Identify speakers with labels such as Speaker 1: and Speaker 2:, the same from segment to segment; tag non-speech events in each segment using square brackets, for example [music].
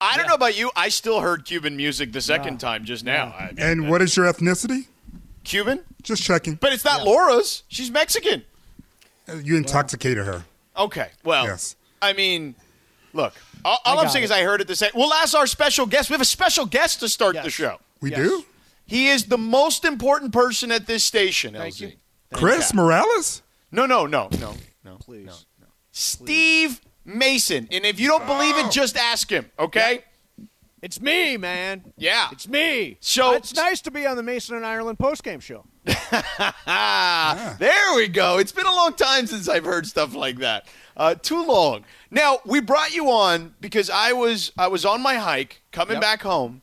Speaker 1: I don't know about you. I still heard Cuban music the second time just now. I mean,
Speaker 2: And what is your ethnicity?
Speaker 1: Cuban?
Speaker 2: Just checking.
Speaker 1: But it's not Laura's. She's Mexican.
Speaker 2: You intoxicated her.
Speaker 1: Okay. Well,
Speaker 2: Yes.
Speaker 1: I mean, look, all, all
Speaker 3: I
Speaker 1: I'm
Speaker 3: got
Speaker 1: saying
Speaker 3: it.
Speaker 1: is I heard it the same. Well, that's our special guest. We have a special guest to start the
Speaker 3: Yes.
Speaker 1: show.
Speaker 2: We
Speaker 3: Yes.
Speaker 2: do.
Speaker 1: He is the most important person at this station,
Speaker 3: Thank
Speaker 1: LZ.
Speaker 3: you.
Speaker 2: Chris Morales.
Speaker 1: No, no, no, no, no.
Speaker 3: Please.
Speaker 1: Steve Mason. And if you don't believe it, just ask him, okay?
Speaker 3: It's me, man.
Speaker 1: Yeah.
Speaker 3: It's me. Uh,
Speaker 1: So-
Speaker 3: it's nice to be on the Mason and Ireland postgame show.
Speaker 1: Ah, [laughs] there we go. It's been a long time since I've heard stuff like that. Uh, too long. Now we brought you on because I was I was on my hike coming
Speaker 3: Yep.
Speaker 1: back home,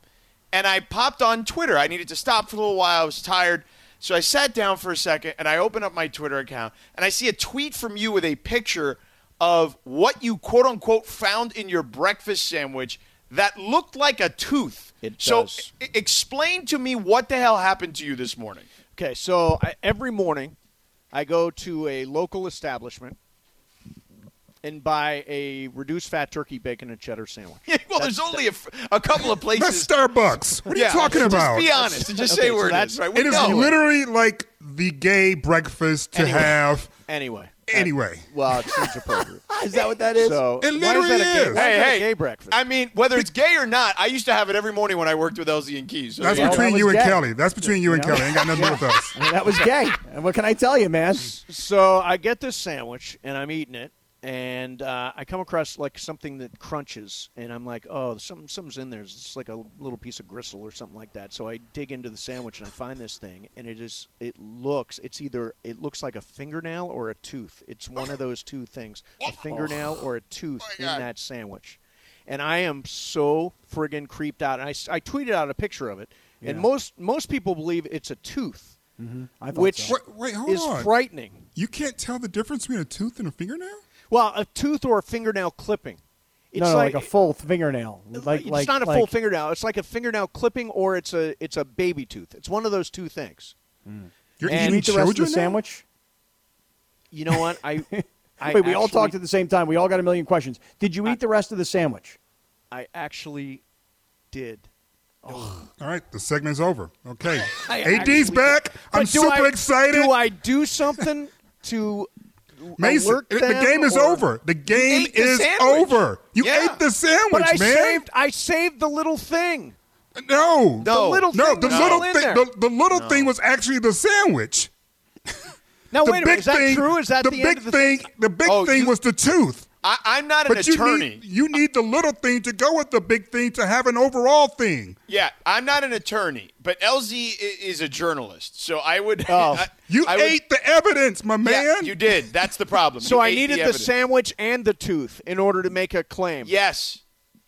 Speaker 1: and I popped on Twitter. I needed to stop for a little while. I was tired, so I sat down for a second and I opened up my Twitter account and I see a tweet from you with a picture of what you quote unquote found in your breakfast sandwich that looked like a tooth.
Speaker 3: It
Speaker 1: so
Speaker 3: does.
Speaker 1: e- explain to me what the hell happened to you this morning.
Speaker 3: Okay, so I, every morning I go to a local establishment and buy a reduced fat turkey bacon and cheddar sandwich.
Speaker 1: Yeah, [laughs] well, there's only a, f- a couple of places.
Speaker 2: That's Starbucks. What are
Speaker 1: Yeah,
Speaker 2: you talking about?
Speaker 1: Just be honest and just
Speaker 3: Okay,
Speaker 1: say
Speaker 3: so
Speaker 1: where it
Speaker 3: that's-
Speaker 1: is. Right? We
Speaker 2: It is
Speaker 1: know.
Speaker 2: literally like the gay breakfast to
Speaker 3: Anyway.
Speaker 2: have
Speaker 3: Anyway.
Speaker 2: anyway.
Speaker 3: Well, it seems [laughs] appropriate.
Speaker 4: Is that what that is?
Speaker 3: So why
Speaker 2: It
Speaker 3: is
Speaker 2: literally
Speaker 3: that a gay,
Speaker 2: is.
Speaker 3: why
Speaker 1: Hey,
Speaker 3: that a
Speaker 1: hey.
Speaker 3: gay breakfast?
Speaker 1: I mean, whether it's gay or not, I used to have it every morning when I worked with Elsie and Keys. So
Speaker 2: That's
Speaker 1: yeah.
Speaker 3: what-
Speaker 2: between
Speaker 4: that
Speaker 2: you
Speaker 4: was
Speaker 2: and
Speaker 4: gay.
Speaker 2: Kelly. That's between you and Kelly. Ain't got nothing to do with us.
Speaker 4: I mean, that was gay. And what can I tell you, man?
Speaker 3: so I get this sandwich and I'm eating it, and uh, I come across like something that crunches, and I'm like, oh, something, something's in there. It's like a little piece of gristle or something like that. So I dig into the sandwich and I find this thing, and it is, it looks, it's either it looks like a fingernail or a tooth. It's one of those two things, a fingernail or a tooth in that sandwich. And I am so friggin' creeped out. And I, s- I tweeted out a picture of it, and
Speaker 4: Yeah.
Speaker 3: most most people believe it's a tooth,
Speaker 4: I thought
Speaker 3: which
Speaker 4: so.
Speaker 2: Wait, wait, hold
Speaker 3: is
Speaker 2: on.
Speaker 3: frightening.
Speaker 2: You can't tell the difference between a tooth and a fingernail?
Speaker 3: Well, a tooth or a fingernail clipping. It's
Speaker 4: no, no, like, a full fingernail, like
Speaker 3: it's
Speaker 4: like
Speaker 3: not a
Speaker 4: like,
Speaker 3: full fingernail. It's like a fingernail clipping, or it's a it's a baby tooth. It's one of those two things.
Speaker 2: You're
Speaker 3: And-
Speaker 4: Did you
Speaker 2: eating
Speaker 4: eat the rest of the
Speaker 2: children now?
Speaker 4: sandwich?
Speaker 3: You know what? I, I
Speaker 4: [laughs] Wait, we all
Speaker 3: actually-
Speaker 4: talked at the same time. We all got a million questions. Did you eat the rest of the sandwich?
Speaker 3: I actually did.
Speaker 2: All right, the segment's over. Okay.
Speaker 3: I
Speaker 2: AD's
Speaker 3: actually-
Speaker 2: back.
Speaker 3: But
Speaker 2: I'm
Speaker 3: do
Speaker 2: super
Speaker 3: I-
Speaker 2: excited.
Speaker 3: Do I do something to
Speaker 2: Mason,
Speaker 3: alert
Speaker 2: the
Speaker 3: them,
Speaker 2: game is
Speaker 3: or-
Speaker 2: over. The game
Speaker 1: ate the
Speaker 2: is
Speaker 1: sandwich.
Speaker 2: over. You
Speaker 1: Yeah.
Speaker 2: ate the sandwich,
Speaker 3: But I
Speaker 2: man.
Speaker 3: saved I saved the little thing.
Speaker 2: no.
Speaker 3: The little
Speaker 2: no,
Speaker 3: thing
Speaker 2: the
Speaker 3: was
Speaker 2: little
Speaker 3: still in
Speaker 2: thing
Speaker 3: there.
Speaker 2: the, the little thing was actually the sandwich.
Speaker 3: Now
Speaker 2: The
Speaker 3: Oh, wait a
Speaker 2: big
Speaker 3: minute. Is that
Speaker 2: thing,
Speaker 3: true? Is that the,
Speaker 2: big
Speaker 3: end of the
Speaker 2: thing? The big
Speaker 1: Oh,
Speaker 2: thing
Speaker 1: you-
Speaker 2: was the tooth.
Speaker 1: I, I'm not an
Speaker 2: But you
Speaker 1: attorney.
Speaker 2: need, you need the little thing to go with the big thing to have an overall thing.
Speaker 1: yeah, I'm not an attorney, but LZ i- is a journalist, so I would.
Speaker 3: Oh.
Speaker 1: [laughs] I-
Speaker 2: You
Speaker 1: I would-
Speaker 2: ate the evidence, my
Speaker 1: Yeah,
Speaker 2: man.
Speaker 1: you did. That's the problem.
Speaker 3: So
Speaker 1: You
Speaker 3: I
Speaker 1: ate
Speaker 3: needed
Speaker 1: the,
Speaker 3: the,
Speaker 1: evidence.
Speaker 3: sandwich and the tooth in order to make a claim.
Speaker 1: Yes.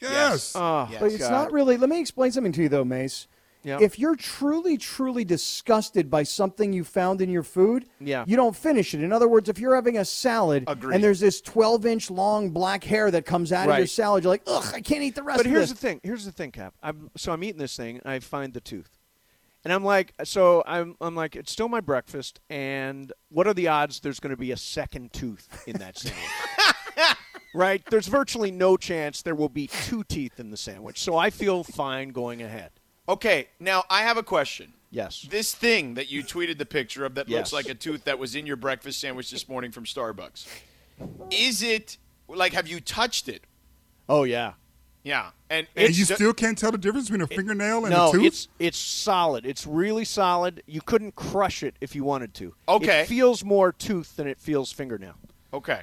Speaker 2: yes.
Speaker 3: Oh,
Speaker 1: Yes.
Speaker 4: But it's
Speaker 3: God.
Speaker 4: not really. Let me explain something to you, though, Mace.
Speaker 3: Yeah.
Speaker 4: If you're truly, truly disgusted by something you found in your food,
Speaker 3: Yeah.
Speaker 4: you don't finish it. In other words, if you're having a salad
Speaker 1: Agreed.
Speaker 4: and there's this 12 inch long black hair that comes out of your
Speaker 3: Right.
Speaker 4: salad, you're like, ugh, I can't eat the rest
Speaker 3: But
Speaker 4: of
Speaker 3: here's
Speaker 4: this.
Speaker 3: the thing. Here's the thing, Cap. I'm so I'm eating this thing and I find the tooth. And I'm like, so I'm I'm like, it's still my breakfast and what are the odds there's going to be a second tooth in that sandwich? right? There's virtually no chance there will be two teeth in the sandwich. So I feel fine going ahead.
Speaker 1: Okay. Now I have a question.
Speaker 3: Yes.
Speaker 1: This thing that you tweeted the picture of that looks
Speaker 3: Yes.
Speaker 1: like a tooth that was in your breakfast sandwich this morning from Starbucks. Is it like have you touched it?
Speaker 3: Oh yeah.
Speaker 1: Yeah. And,
Speaker 2: and
Speaker 1: it's
Speaker 2: you
Speaker 1: ju-
Speaker 2: still can't tell the difference between a fingernail and
Speaker 3: no,
Speaker 2: a tooth?
Speaker 3: it's it's solid. It's really solid. You couldn't crush it if you wanted to.
Speaker 1: Okay.
Speaker 3: It feels more tooth than it feels fingernail.
Speaker 1: Okay.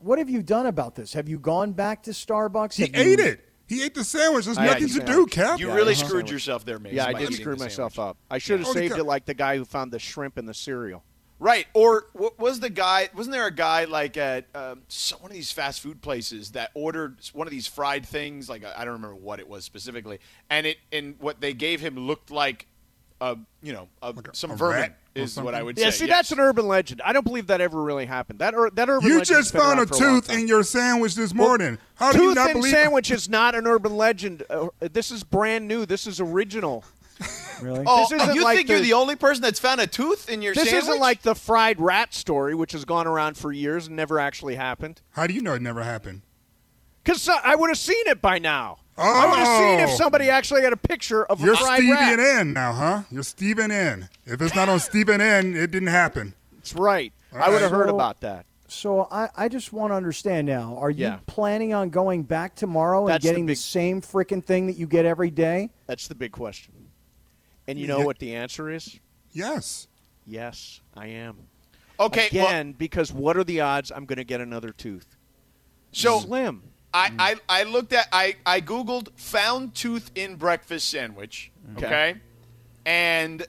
Speaker 4: What have you done about this? Have you gone back to Starbucks?
Speaker 2: he
Speaker 4: Have you-
Speaker 2: ate it. He ate the sandwich. There's
Speaker 3: I ate
Speaker 2: nothing
Speaker 3: the
Speaker 2: to do,
Speaker 3: sandwich.
Speaker 2: Cap.
Speaker 1: You
Speaker 3: Yeah,
Speaker 1: really
Speaker 3: uh-huh.
Speaker 1: screwed yourself there, Mason.
Speaker 3: Yeah, I
Speaker 1: by
Speaker 3: did
Speaker 1: eating
Speaker 3: screw
Speaker 1: the
Speaker 3: myself
Speaker 1: sandwich.
Speaker 3: up. I should have
Speaker 2: Oh, you
Speaker 3: saved
Speaker 2: got-
Speaker 3: it like the guy who found the shrimp in the cereal.
Speaker 1: Right. Or what was the guy? Wasn't there a guy like at um, so- one of these fast food places that ordered one of these fried things? Like I I don't remember what it was specifically, and it and what they gave him looked like, uh, you know, a,
Speaker 2: a-
Speaker 1: some
Speaker 2: a
Speaker 1: vermin
Speaker 2: rat or
Speaker 1: is what I
Speaker 2: something?
Speaker 1: would
Speaker 3: Yeah,
Speaker 1: say.
Speaker 3: see, that's an urban legend. I don't believe that ever really happened. That ur- that urban
Speaker 2: You
Speaker 3: legend's
Speaker 2: just
Speaker 3: been
Speaker 2: found a
Speaker 3: around for long
Speaker 2: tooth
Speaker 3: time.
Speaker 2: in your sandwich this morning. How do
Speaker 3: tooth
Speaker 2: you not
Speaker 3: and
Speaker 2: believe
Speaker 3: sandwich is not an urban legend. Uh, this is brand new. This is original.
Speaker 4: Really?
Speaker 1: Oh,
Speaker 3: This isn't
Speaker 1: you
Speaker 3: like
Speaker 1: think
Speaker 3: the-
Speaker 1: you're the only person that's found a tooth in your
Speaker 3: This
Speaker 1: sandwich?
Speaker 3: isn't like the fried rat story, which has gone around for years and never actually happened.
Speaker 2: How do you know it never happened?
Speaker 3: Because I would have seen it by now. I'm just seeing if
Speaker 2: Oh.
Speaker 3: somebody actually got a picture of
Speaker 2: You're
Speaker 3: a fried
Speaker 2: Steven
Speaker 3: rat.
Speaker 2: N now, huh? You're Steven N. If
Speaker 3: [laughs]
Speaker 2: it's not on Steven N, it didn't happen.
Speaker 3: That's right. I would have heard
Speaker 4: So-
Speaker 3: about that.
Speaker 4: So I, I just want to understand now. Are you
Speaker 3: Yeah.
Speaker 4: planning on going back tomorrow and
Speaker 3: That's the
Speaker 4: getting the,
Speaker 3: big-
Speaker 4: same freaking thing that you get every day?
Speaker 3: That's the big question. And you know
Speaker 2: Yeah.
Speaker 3: what the answer is?
Speaker 2: Yes.
Speaker 3: Yes, I am.
Speaker 1: Okay, well-
Speaker 3: Again, because what are the odds I'm going to get another tooth?
Speaker 1: So
Speaker 3: slim.
Speaker 1: I, I, I looked at I, I googled found tooth in breakfast sandwich. Okay.
Speaker 3: Okay.
Speaker 1: And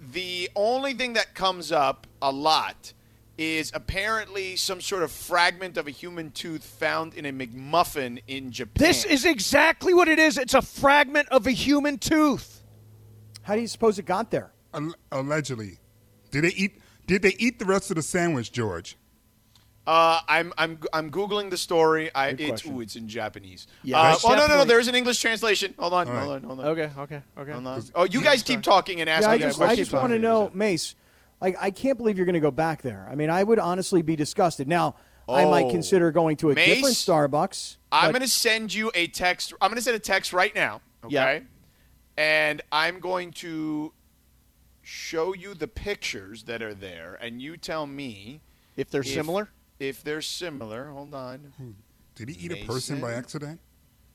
Speaker 1: the only thing that comes up a lot is apparently some sort of fragment of a human tooth found in a McMuffin in Japan.
Speaker 3: This is exactly what it is. It's a fragment of a human tooth.
Speaker 4: How do you suppose it got there?
Speaker 2: Al- allegedly. Did they eat did they eat the rest of the sandwich, George?
Speaker 1: Uh, I'm I'm I'm googling the story. I
Speaker 3: Good
Speaker 1: it's
Speaker 3: question.
Speaker 1: ooh, it's in Japanese.
Speaker 3: Yeah,
Speaker 1: Uh,
Speaker 3: that's
Speaker 1: oh no no no!
Speaker 3: definitely-
Speaker 1: There's an English translation. Hold on
Speaker 2: All
Speaker 1: hold
Speaker 2: right.
Speaker 1: on hold on.
Speaker 3: Okay, okay, okay.
Speaker 1: Hold on. Oh, you guys keep talking and asking
Speaker 4: yeah, I
Speaker 1: me
Speaker 4: just, I
Speaker 1: questions.
Speaker 4: just want to know, Mace. Like, I can't believe you're going to go back there. I mean, I would honestly be disgusted. Now, I
Speaker 1: Oh.
Speaker 4: might consider going to a
Speaker 1: Mace?
Speaker 4: different Starbucks.
Speaker 1: I'm
Speaker 4: but-
Speaker 1: going to send you a text. I'm going to send a text right now. Okay.
Speaker 3: Yeah.
Speaker 1: And I'm going to show you the pictures that are there, and you tell me
Speaker 3: If they're
Speaker 1: if-
Speaker 3: similar, Hmm.
Speaker 1: If they're similar, hold on.
Speaker 2: Did he eat a person by
Speaker 1: Mason?
Speaker 2: accident?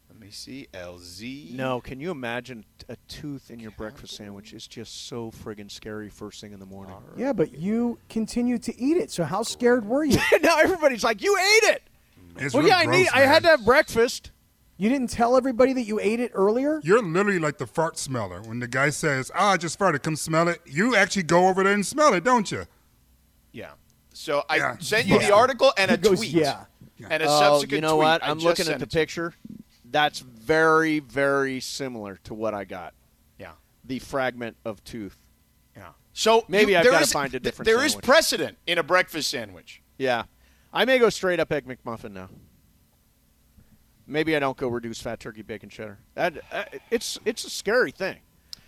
Speaker 1: Let me see. LZ.
Speaker 3: no. Can you imagine a tooth in your breakfast sandwich? It's just so friggin' scary first thing in the morning.
Speaker 4: Yeah, but you continued to eat it. So how scared were you?
Speaker 3: [laughs] now everybody's like, "You ate it."
Speaker 2: It's
Speaker 3: well,
Speaker 2: real
Speaker 3: yeah, I
Speaker 2: gross,
Speaker 3: need. I had to
Speaker 2: man.
Speaker 3: have breakfast.
Speaker 4: You didn't tell everybody that you ate it earlier?
Speaker 2: You're literally like the fart smeller. When the guy says, "Ah, I just farted, come smell it," you actually go over there and smell it, don't you?
Speaker 1: Yeah. So I
Speaker 2: Yeah.
Speaker 1: sent you the
Speaker 2: Yeah.
Speaker 1: article and a
Speaker 4: He goes,
Speaker 1: tweet.
Speaker 4: yeah.
Speaker 1: And a
Speaker 3: oh,
Speaker 1: subsequent
Speaker 3: you know
Speaker 1: tweet.
Speaker 3: what?
Speaker 1: I
Speaker 3: I'm
Speaker 1: just
Speaker 3: looking
Speaker 1: sent
Speaker 3: at the
Speaker 1: it to you.
Speaker 3: picture. That's very, very similar to what I got.
Speaker 1: Yeah.
Speaker 3: The fragment of tooth.
Speaker 1: Yeah. So
Speaker 3: Maybe
Speaker 1: you,
Speaker 3: I've
Speaker 1: there
Speaker 3: gotta
Speaker 1: is-
Speaker 3: find a
Speaker 1: th-
Speaker 3: different
Speaker 1: There is
Speaker 3: sandwich.
Speaker 1: precedent in a breakfast sandwich.
Speaker 3: Yeah, I may go straight up egg McMuffin now. Maybe I don't go reduced fat turkey bacon cheddar. That, uh, it's it's a scary thing.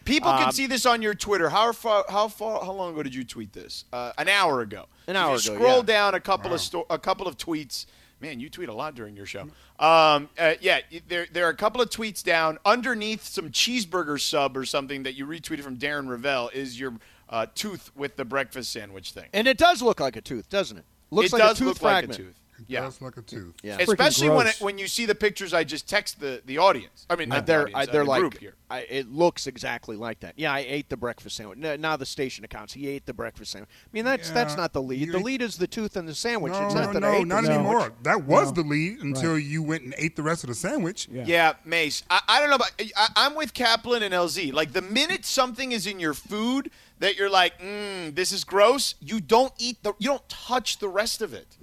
Speaker 1: People can
Speaker 3: Um,
Speaker 1: see this on your Twitter. How far? How far? How long ago did you tweet this? Uh, an hour ago.
Speaker 3: An
Speaker 1: If
Speaker 3: hour
Speaker 1: you
Speaker 3: ago,
Speaker 1: Scroll
Speaker 3: yeah.
Speaker 1: down a couple of sto- a couple of tweets. Man, you tweet a lot during your show. Um, uh, yeah, y- there there are a couple of tweets down underneath some cheeseburger sub or something that you retweeted from Darren Ravel is your uh, tooth with the breakfast sandwich thing.
Speaker 3: And it does look like a tooth, doesn't it? Looks
Speaker 1: it
Speaker 3: like
Speaker 1: does
Speaker 3: a tooth
Speaker 1: look
Speaker 3: fragment.
Speaker 1: like a tooth.
Speaker 2: It
Speaker 1: Yeah.
Speaker 2: That's like a tooth.
Speaker 3: Yeah.
Speaker 4: Freaking
Speaker 1: Especially when
Speaker 4: gross.
Speaker 1: it, when you see the pictures I just text the, the audience. I mean,
Speaker 3: Uh,
Speaker 1: not the
Speaker 3: they're
Speaker 1: audience,
Speaker 3: I,
Speaker 1: uh,
Speaker 3: they're
Speaker 1: the group
Speaker 3: like
Speaker 1: here.
Speaker 3: I, it looks exactly like that. Yeah, I ate the breakfast sandwich. No, now the station accounts. He ate the breakfast sandwich. I mean, that's that's
Speaker 2: Yeah.
Speaker 3: not the lead.
Speaker 2: You
Speaker 3: the
Speaker 2: ate-
Speaker 3: lead is the tooth and the sandwich.
Speaker 2: No,
Speaker 3: it's
Speaker 2: no,
Speaker 3: not that I
Speaker 2: no,
Speaker 3: ate the
Speaker 2: not
Speaker 4: sandwich.
Speaker 2: anymore. That was
Speaker 4: No.
Speaker 2: the lead until you went and ate the rest of the sandwich.
Speaker 4: Yeah.
Speaker 1: Yeah, Mace. I, I don't know about. I, I'm with Kaplan and LZ. Like the minute something is in your food that you're like, mm, this is gross. You don't eat the. You don't touch the rest of it.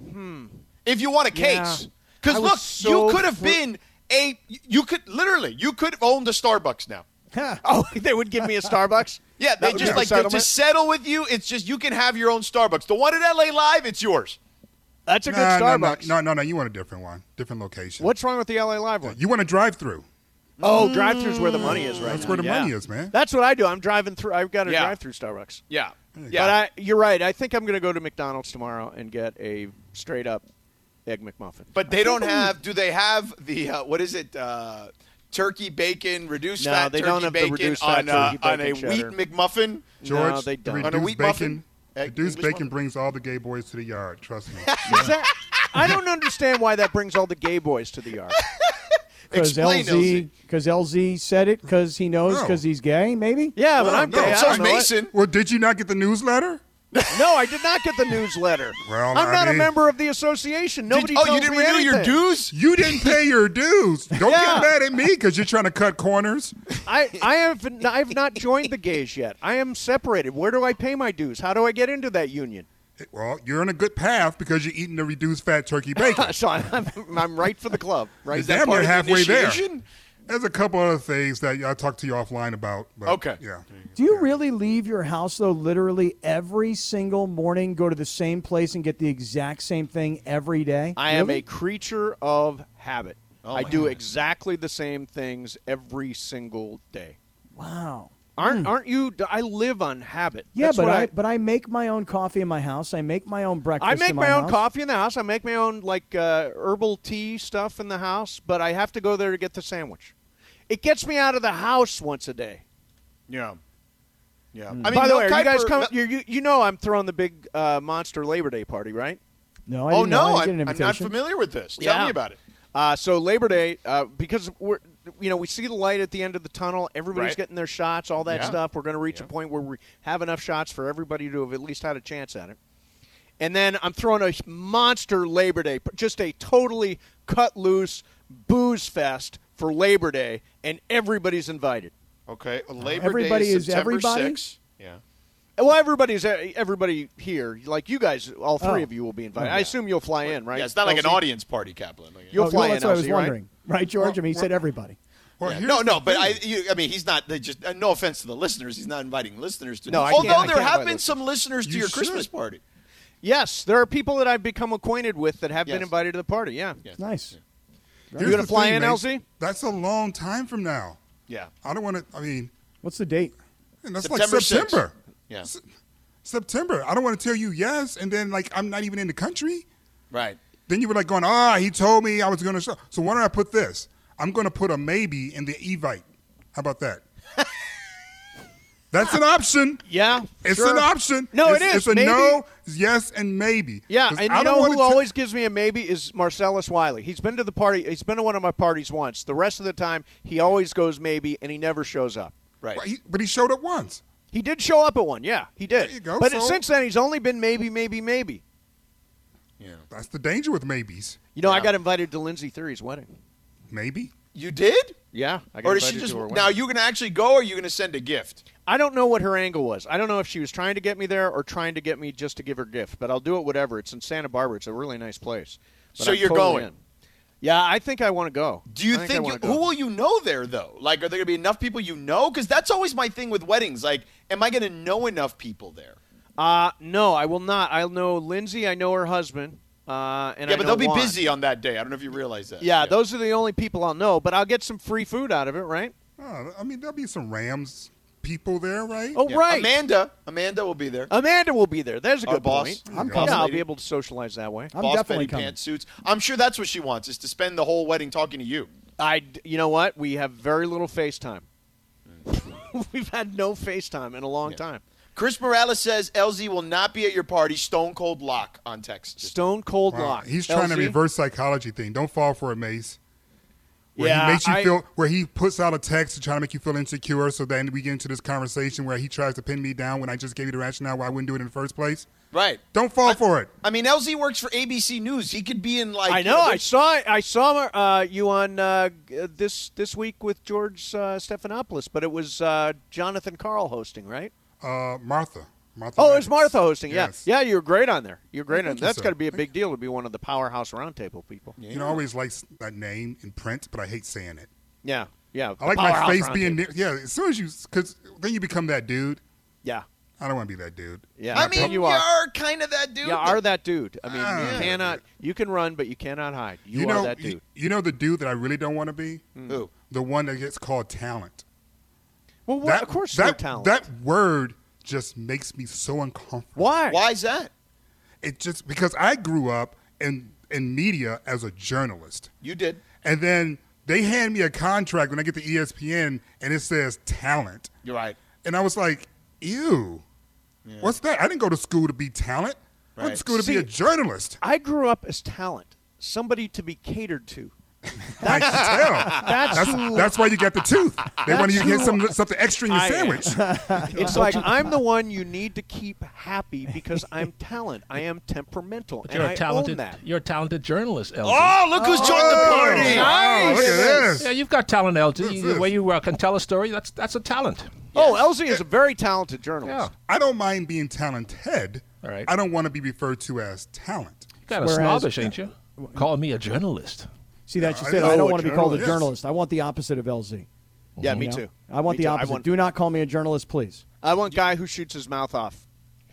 Speaker 1: If you want a
Speaker 3: Hmm. Yeah.
Speaker 1: case,
Speaker 3: I
Speaker 1: because
Speaker 3: was
Speaker 1: look,
Speaker 3: so
Speaker 1: you could have
Speaker 3: fr-
Speaker 1: been a. You could literally. You could have owned a Starbucks now.
Speaker 3: [laughs] Oh, [laughs] they would give me a Starbucks.
Speaker 1: Yeah, they
Speaker 3: That would
Speaker 1: just
Speaker 3: be a
Speaker 1: like they
Speaker 3: settlement?
Speaker 1: just settle with you. It's just you can have your own Starbucks. The one at LA Live, it's yours.
Speaker 3: that's a good
Speaker 2: Nah, nah, nah,
Speaker 3: Starbucks.
Speaker 2: No, no, no. You want a different one, different location.
Speaker 3: What's wrong with the LA Live one?
Speaker 2: You want a drive-through?
Speaker 3: Oh, drive-throughs where the money is right
Speaker 2: That's
Speaker 3: now.
Speaker 2: where the
Speaker 3: Yeah.
Speaker 2: money is, man.
Speaker 3: That's what I do. I'm driving through. I've got a
Speaker 1: Yeah.
Speaker 3: drive-through Starbucks.
Speaker 1: Yeah, yeah.
Speaker 3: But I, you're right. I think I'm going to go to McDonald's tomorrow and get a straight-up egg McMuffin.
Speaker 1: But they don't have. Do they have the uh, what is it? Uh, turkey bacon, reduced
Speaker 3: No,
Speaker 1: fat
Speaker 3: they
Speaker 1: turkey
Speaker 3: don't have the
Speaker 1: bacon
Speaker 3: reduced fat
Speaker 1: on, uh,
Speaker 3: turkey
Speaker 1: on a
Speaker 3: bacon cheddar.
Speaker 1: wheat McMuffin.
Speaker 2: George,
Speaker 3: no, they
Speaker 2: the
Speaker 3: don't.
Speaker 1: On a
Speaker 2: reduced
Speaker 1: wheat muffin?
Speaker 2: bacon,
Speaker 1: Egg-
Speaker 2: reduced
Speaker 1: English
Speaker 2: bacon
Speaker 1: muffin?
Speaker 2: brings all the gay boys to the yard. Trust me. [laughs]
Speaker 3: Is that- I don't understand why that brings all the gay boys to the yard.
Speaker 4: Because
Speaker 1: Explain,
Speaker 4: LZ, because LZ said it because he knows
Speaker 2: No.
Speaker 4: because he's gay, maybe?
Speaker 3: Yeah, but
Speaker 2: No,
Speaker 3: I'm
Speaker 2: no.
Speaker 3: gay. I
Speaker 1: So
Speaker 3: don't
Speaker 1: is
Speaker 3: know it.
Speaker 1: Mason.
Speaker 2: well, did you not get the newsletter?
Speaker 3: No, I did not get the newsletter.
Speaker 2: Well,
Speaker 3: I'm
Speaker 2: I
Speaker 3: not a
Speaker 2: mean-
Speaker 3: member of the association.
Speaker 1: Did-
Speaker 3: Nobody.
Speaker 1: oh,
Speaker 3: tells
Speaker 1: you didn't
Speaker 3: me
Speaker 1: renew your
Speaker 3: anything.
Speaker 1: dues?
Speaker 2: You didn't pay your dues. Don't
Speaker 3: Yeah.
Speaker 2: get mad at me because you're trying to cut corners. [laughs]
Speaker 3: I, I have n- I have not joined the gays yet. I am separated. Where do I pay my dues? How do I get into that union? [laughs]
Speaker 2: Well, you're on a good path because you're eating the reduced fat turkey
Speaker 3: [laughs]
Speaker 2: bacon.
Speaker 3: so I'm, I'm right for the club. Right.
Speaker 2: Is that
Speaker 1: part
Speaker 2: we're
Speaker 1: of the
Speaker 2: halfway there.
Speaker 1: initiation?
Speaker 2: There's a couple other things that I'll talk to you offline about. But
Speaker 1: Okay.
Speaker 2: Yeah.
Speaker 4: Do you really leave your house, though, literally every single morning, go to the same place and get the exact same thing every day?
Speaker 3: I am
Speaker 4: Really?
Speaker 3: a creature of habit.
Speaker 1: Oh,
Speaker 3: I
Speaker 1: my
Speaker 3: do
Speaker 1: goodness.
Speaker 3: exactly the same things every single day.
Speaker 4: Wow.
Speaker 3: Aren't aren't you? I live on habit.
Speaker 4: Hmm. Yeah,
Speaker 3: That's
Speaker 4: but
Speaker 3: what
Speaker 4: I, but I make my own coffee in my house. I make my own breakfast.
Speaker 3: I make
Speaker 4: in
Speaker 3: my, own
Speaker 4: house.
Speaker 3: coffee in the house. I make my own like uh, herbal tea stuff in the house, but I have to go there to get the sandwich. It gets me out of the house once a day.
Speaker 1: Yeah. Yeah. I mean,
Speaker 3: By the
Speaker 1: Mel
Speaker 3: way, are you guys
Speaker 1: Kiper-
Speaker 3: coming?
Speaker 1: Mel-
Speaker 3: You, you you know I'm throwing the big uh, monster Labor Day party, right?
Speaker 4: No, I
Speaker 1: oh,
Speaker 4: didn't know.
Speaker 1: no.
Speaker 4: I didn't
Speaker 1: I'm,
Speaker 4: get an
Speaker 1: I'm not
Speaker 4: invitation.
Speaker 1: familiar with this. Tell
Speaker 3: Yeah.
Speaker 1: me about it.
Speaker 3: Uh, so Labor Day, uh, because we're you know we see the light at the end of the tunnel. Everybody's
Speaker 1: Right.
Speaker 3: getting their shots, all that
Speaker 1: Yeah.
Speaker 3: stuff. We're going to reach a
Speaker 1: Yeah.
Speaker 3: point where we have enough shots for everybody to have at least had a chance at it. And then I'm throwing a monster Labor Day, just a totally cut loose booze fest for Labor Day, and everybody's invited.
Speaker 1: Okay. well, Labor
Speaker 4: everybody
Speaker 1: Day is,
Speaker 4: is
Speaker 1: September
Speaker 4: everybody?
Speaker 1: 6th. Yeah.
Speaker 3: Well, everybody's uh, everybody here. Like you guys, all three
Speaker 4: Oh.
Speaker 3: of you will be invited. I assume you'll fly in, right?
Speaker 1: Yeah, it's not like an
Speaker 3: LC?
Speaker 1: audience party, Kaplan. Like,
Speaker 3: You'll
Speaker 4: Oh,
Speaker 3: fly in,
Speaker 4: that's what I was
Speaker 3: LC, right?
Speaker 4: wondering, right, George? I mean, he said everybody.
Speaker 2: Well,
Speaker 1: Yeah.
Speaker 2: here's
Speaker 1: No,
Speaker 2: the
Speaker 1: no, but
Speaker 2: thing.
Speaker 1: I, you, I mean, he's not. They just uh, no offense to the listeners, he's not inviting listeners to.
Speaker 3: No, I can't-
Speaker 1: although
Speaker 3: I
Speaker 1: there
Speaker 3: can't
Speaker 1: have
Speaker 3: invite
Speaker 1: been
Speaker 3: listeners.
Speaker 1: some listeners to
Speaker 2: You
Speaker 1: your
Speaker 2: should.
Speaker 1: Christmas party.
Speaker 3: Yes, there are people that I've become acquainted with that have been
Speaker 1: Yes.
Speaker 3: invited to the party. Yeah.
Speaker 1: Yeah.
Speaker 4: Nice.
Speaker 2: Here's
Speaker 3: You gonna
Speaker 2: the
Speaker 3: fly
Speaker 2: thing,
Speaker 3: in,
Speaker 2: man.
Speaker 3: LC?
Speaker 2: That's a long time from now.
Speaker 1: Yeah,
Speaker 2: I don't want to. I mean,
Speaker 4: What's the date?
Speaker 2: and that's
Speaker 1: September
Speaker 2: like
Speaker 1: 6th.
Speaker 2: September.
Speaker 1: yeah,
Speaker 2: S- September. I don't want to tell you yes, and then like I'm not even in the country.
Speaker 1: right.
Speaker 2: Then you were like going, ah, he told me I was going to show. So why don't I put this? I'm going to put a maybe in the evite. How about that? That's an option.
Speaker 3: Yeah.
Speaker 2: It's
Speaker 3: sure.
Speaker 2: an option.
Speaker 3: No,
Speaker 2: it's,
Speaker 3: it is.
Speaker 2: It's a
Speaker 3: Maybe.
Speaker 2: no, yes, and maybe.
Speaker 3: Yeah,
Speaker 2: 'Cause
Speaker 3: and
Speaker 2: I
Speaker 3: you
Speaker 2: don't
Speaker 3: know
Speaker 2: wanna
Speaker 3: who
Speaker 2: t-
Speaker 3: always gives me a maybe is Marcellus Wiley. He's been to the party. He's been to one of my parties once. The rest of the time, he always goes maybe, and he never shows up.
Speaker 1: Right.
Speaker 2: But he, but he showed up once.
Speaker 3: He did show up at one. Yeah, he did.
Speaker 2: There you go,
Speaker 3: But
Speaker 2: so-
Speaker 3: since then, he's only been maybe, maybe, maybe.
Speaker 1: Yeah.
Speaker 2: That's the danger with maybes.
Speaker 3: You know, I
Speaker 1: Yeah.
Speaker 3: got invited to Lindsay Theory's wedding.
Speaker 2: Maybe.
Speaker 1: You did?
Speaker 3: Yeah, I got
Speaker 1: Or did
Speaker 3: invited
Speaker 1: she just?
Speaker 3: to her wedding.
Speaker 1: Now you gonna actually go, or you gonna send a gift?
Speaker 3: I don't know what her angle was. I don't know if she was trying to get me there or trying to get me just to give her gift, but I'll do it whatever. It's in Santa Barbara. It's a really nice place. But
Speaker 1: So
Speaker 3: I'm
Speaker 1: you're
Speaker 3: totally
Speaker 1: going?
Speaker 3: in. Yeah, I think I want to go.
Speaker 1: Do you
Speaker 3: I I
Speaker 1: think,
Speaker 3: wanna
Speaker 1: you,
Speaker 3: go.
Speaker 1: who will you know there though? Like, are there gonna be enough people you know? Because that's always my thing with weddings. Like, am I gonna know enough people there?
Speaker 3: Uh, no, I will not. I'll know Lindsay. I know her husband. Uh, and
Speaker 1: yeah,
Speaker 3: I
Speaker 1: but
Speaker 3: know
Speaker 1: they'll be
Speaker 3: Juan.
Speaker 1: busy on that day. I don't know if you realize that.
Speaker 3: Yeah, those are the only people I'll know. But I'll get some free food out of it, right?
Speaker 2: Oh, I mean, there'll be some Rams people there, right?
Speaker 3: Oh,
Speaker 1: Yeah.
Speaker 3: right.
Speaker 1: Amanda, Amanda will be there.
Speaker 3: Amanda will be there. There's a
Speaker 1: Our
Speaker 3: good
Speaker 1: boss.
Speaker 3: point.
Speaker 1: Our
Speaker 4: I'm
Speaker 3: yeah,
Speaker 4: boss
Speaker 3: I'll
Speaker 1: lady.
Speaker 3: be able to socialize that way.
Speaker 4: I'm
Speaker 1: Boss
Speaker 4: definitely
Speaker 1: Betty
Speaker 4: coming.
Speaker 1: pantsuits. I'm sure that's what she wants is to spend the whole wedding talking to you.
Speaker 3: I, you know what? We have very little FaceTime. [laughs] We've had no FaceTime in a long
Speaker 1: Mm. Yeah.
Speaker 3: time.
Speaker 1: Chris Morales says LZ will not be at your party. Stone cold lock on text. Just-
Speaker 3: Stone Cold
Speaker 2: Wow,
Speaker 3: Lock.
Speaker 2: He's trying to
Speaker 3: LC?
Speaker 2: reverse psychology thing. Don't fall for it, Mace. Where
Speaker 3: Yeah,
Speaker 2: he makes you
Speaker 3: I-
Speaker 2: feel where he puts out a text to try to make you feel insecure so then we get into this conversation where he tries to pin me down when I just gave you the rationale why I wouldn't do it in the first place.
Speaker 1: Right.
Speaker 2: Don't fall for it.
Speaker 1: I mean, LZ works for ABC News. He could be in like.
Speaker 3: I
Speaker 1: you
Speaker 3: know. I
Speaker 1: there's-
Speaker 3: saw. I saw uh, you on uh, g- this this week with George uh, Stephanopoulos, but it was uh, Jonathan Carl hosting, right?
Speaker 2: Uh, Martha. Martha.
Speaker 3: Oh, it was
Speaker 2: Matthews.
Speaker 3: Martha hosting. Yeah,
Speaker 2: Yes.
Speaker 3: yeah. You were great on there. You're great
Speaker 2: Thank
Speaker 3: on.
Speaker 2: you,
Speaker 3: That's
Speaker 2: sir.
Speaker 3: got to be a
Speaker 2: Thank
Speaker 3: big deal to be one of the powerhouse roundtable people. Yeah,
Speaker 2: You know, I always like that name in print, but I hate saying it.
Speaker 3: yeah.
Speaker 2: I like my face being near. Yeah, as soon as you, because then you become that dude.
Speaker 3: Yeah,
Speaker 2: I don't want to be that dude.
Speaker 3: yeah.
Speaker 1: I mean,
Speaker 3: you are.
Speaker 1: kind of that dude.
Speaker 3: Yeah, are that dude. I mean, you
Speaker 2: Ah.
Speaker 3: cannot. You can run, but you cannot hide. You,
Speaker 2: know
Speaker 3: are that
Speaker 2: you-
Speaker 3: dude. Hmm.
Speaker 2: You, know the dude that I really don't want to be?
Speaker 1: Who?
Speaker 2: The one that gets called talent.
Speaker 3: well, what,
Speaker 2: that,
Speaker 3: of course,
Speaker 2: that,
Speaker 3: you're talented.
Speaker 2: That word just makes me so uncomfortable.
Speaker 3: Why?
Speaker 1: Why's that?
Speaker 2: It just because I grew up in in media as a journalist,
Speaker 1: You did.
Speaker 2: and then they hand me a contract when I get to E ESPN, and it says talent,
Speaker 1: You're right.
Speaker 2: and I was like, ew, what's that? I didn't go to school to be talent. I went
Speaker 1: Right.
Speaker 2: to school to be a journalist.
Speaker 3: [laughs] I grew up as talent, somebody to be catered to.
Speaker 2: I can tell.
Speaker 3: That's,
Speaker 2: That's,
Speaker 3: who
Speaker 2: that's why you got the tooth. They want you to get
Speaker 3: who
Speaker 2: some something extra in your
Speaker 3: I am.
Speaker 2: sandwich.
Speaker 3: [laughs] It's like I'm
Speaker 4: [laughs]
Speaker 3: the one you need to keep happy because I'm talent. I am temperamental,
Speaker 5: But
Speaker 3: and
Speaker 5: you're
Speaker 3: I
Speaker 5: a talented.
Speaker 3: own that.
Speaker 5: You're a talented journalist, LG.
Speaker 1: Oh, look who's joined the party.
Speaker 2: Wow, look at this.
Speaker 5: Yeah, you've got talent, LG.
Speaker 2: Yes,
Speaker 5: You-
Speaker 2: yes.
Speaker 5: the way you uh, can tell a story, that's that's a talent.
Speaker 3: Oh, Elsie is a very talented
Speaker 5: Yeah,
Speaker 3: journalist.
Speaker 2: I don't mind being talented.
Speaker 5: All right.
Speaker 2: I don't want to be referred to as talent.
Speaker 5: you kind of
Speaker 4: Whereas-
Speaker 5: snobbish, ain't you? Call me a journalist.
Speaker 4: See that she
Speaker 2: I
Speaker 4: said,
Speaker 2: know
Speaker 4: "I don't
Speaker 2: a
Speaker 4: want to be called a
Speaker 2: journalist.
Speaker 4: journalist. I want the opposite of LZ."
Speaker 3: Yeah,
Speaker 4: you
Speaker 3: me
Speaker 4: know?
Speaker 3: too.
Speaker 4: Mm-hmm. I want
Speaker 3: Me
Speaker 4: the
Speaker 3: too.
Speaker 4: opposite.
Speaker 3: I want,
Speaker 4: Do not call me a journalist, please.
Speaker 3: I want guy who shoots his mouth off.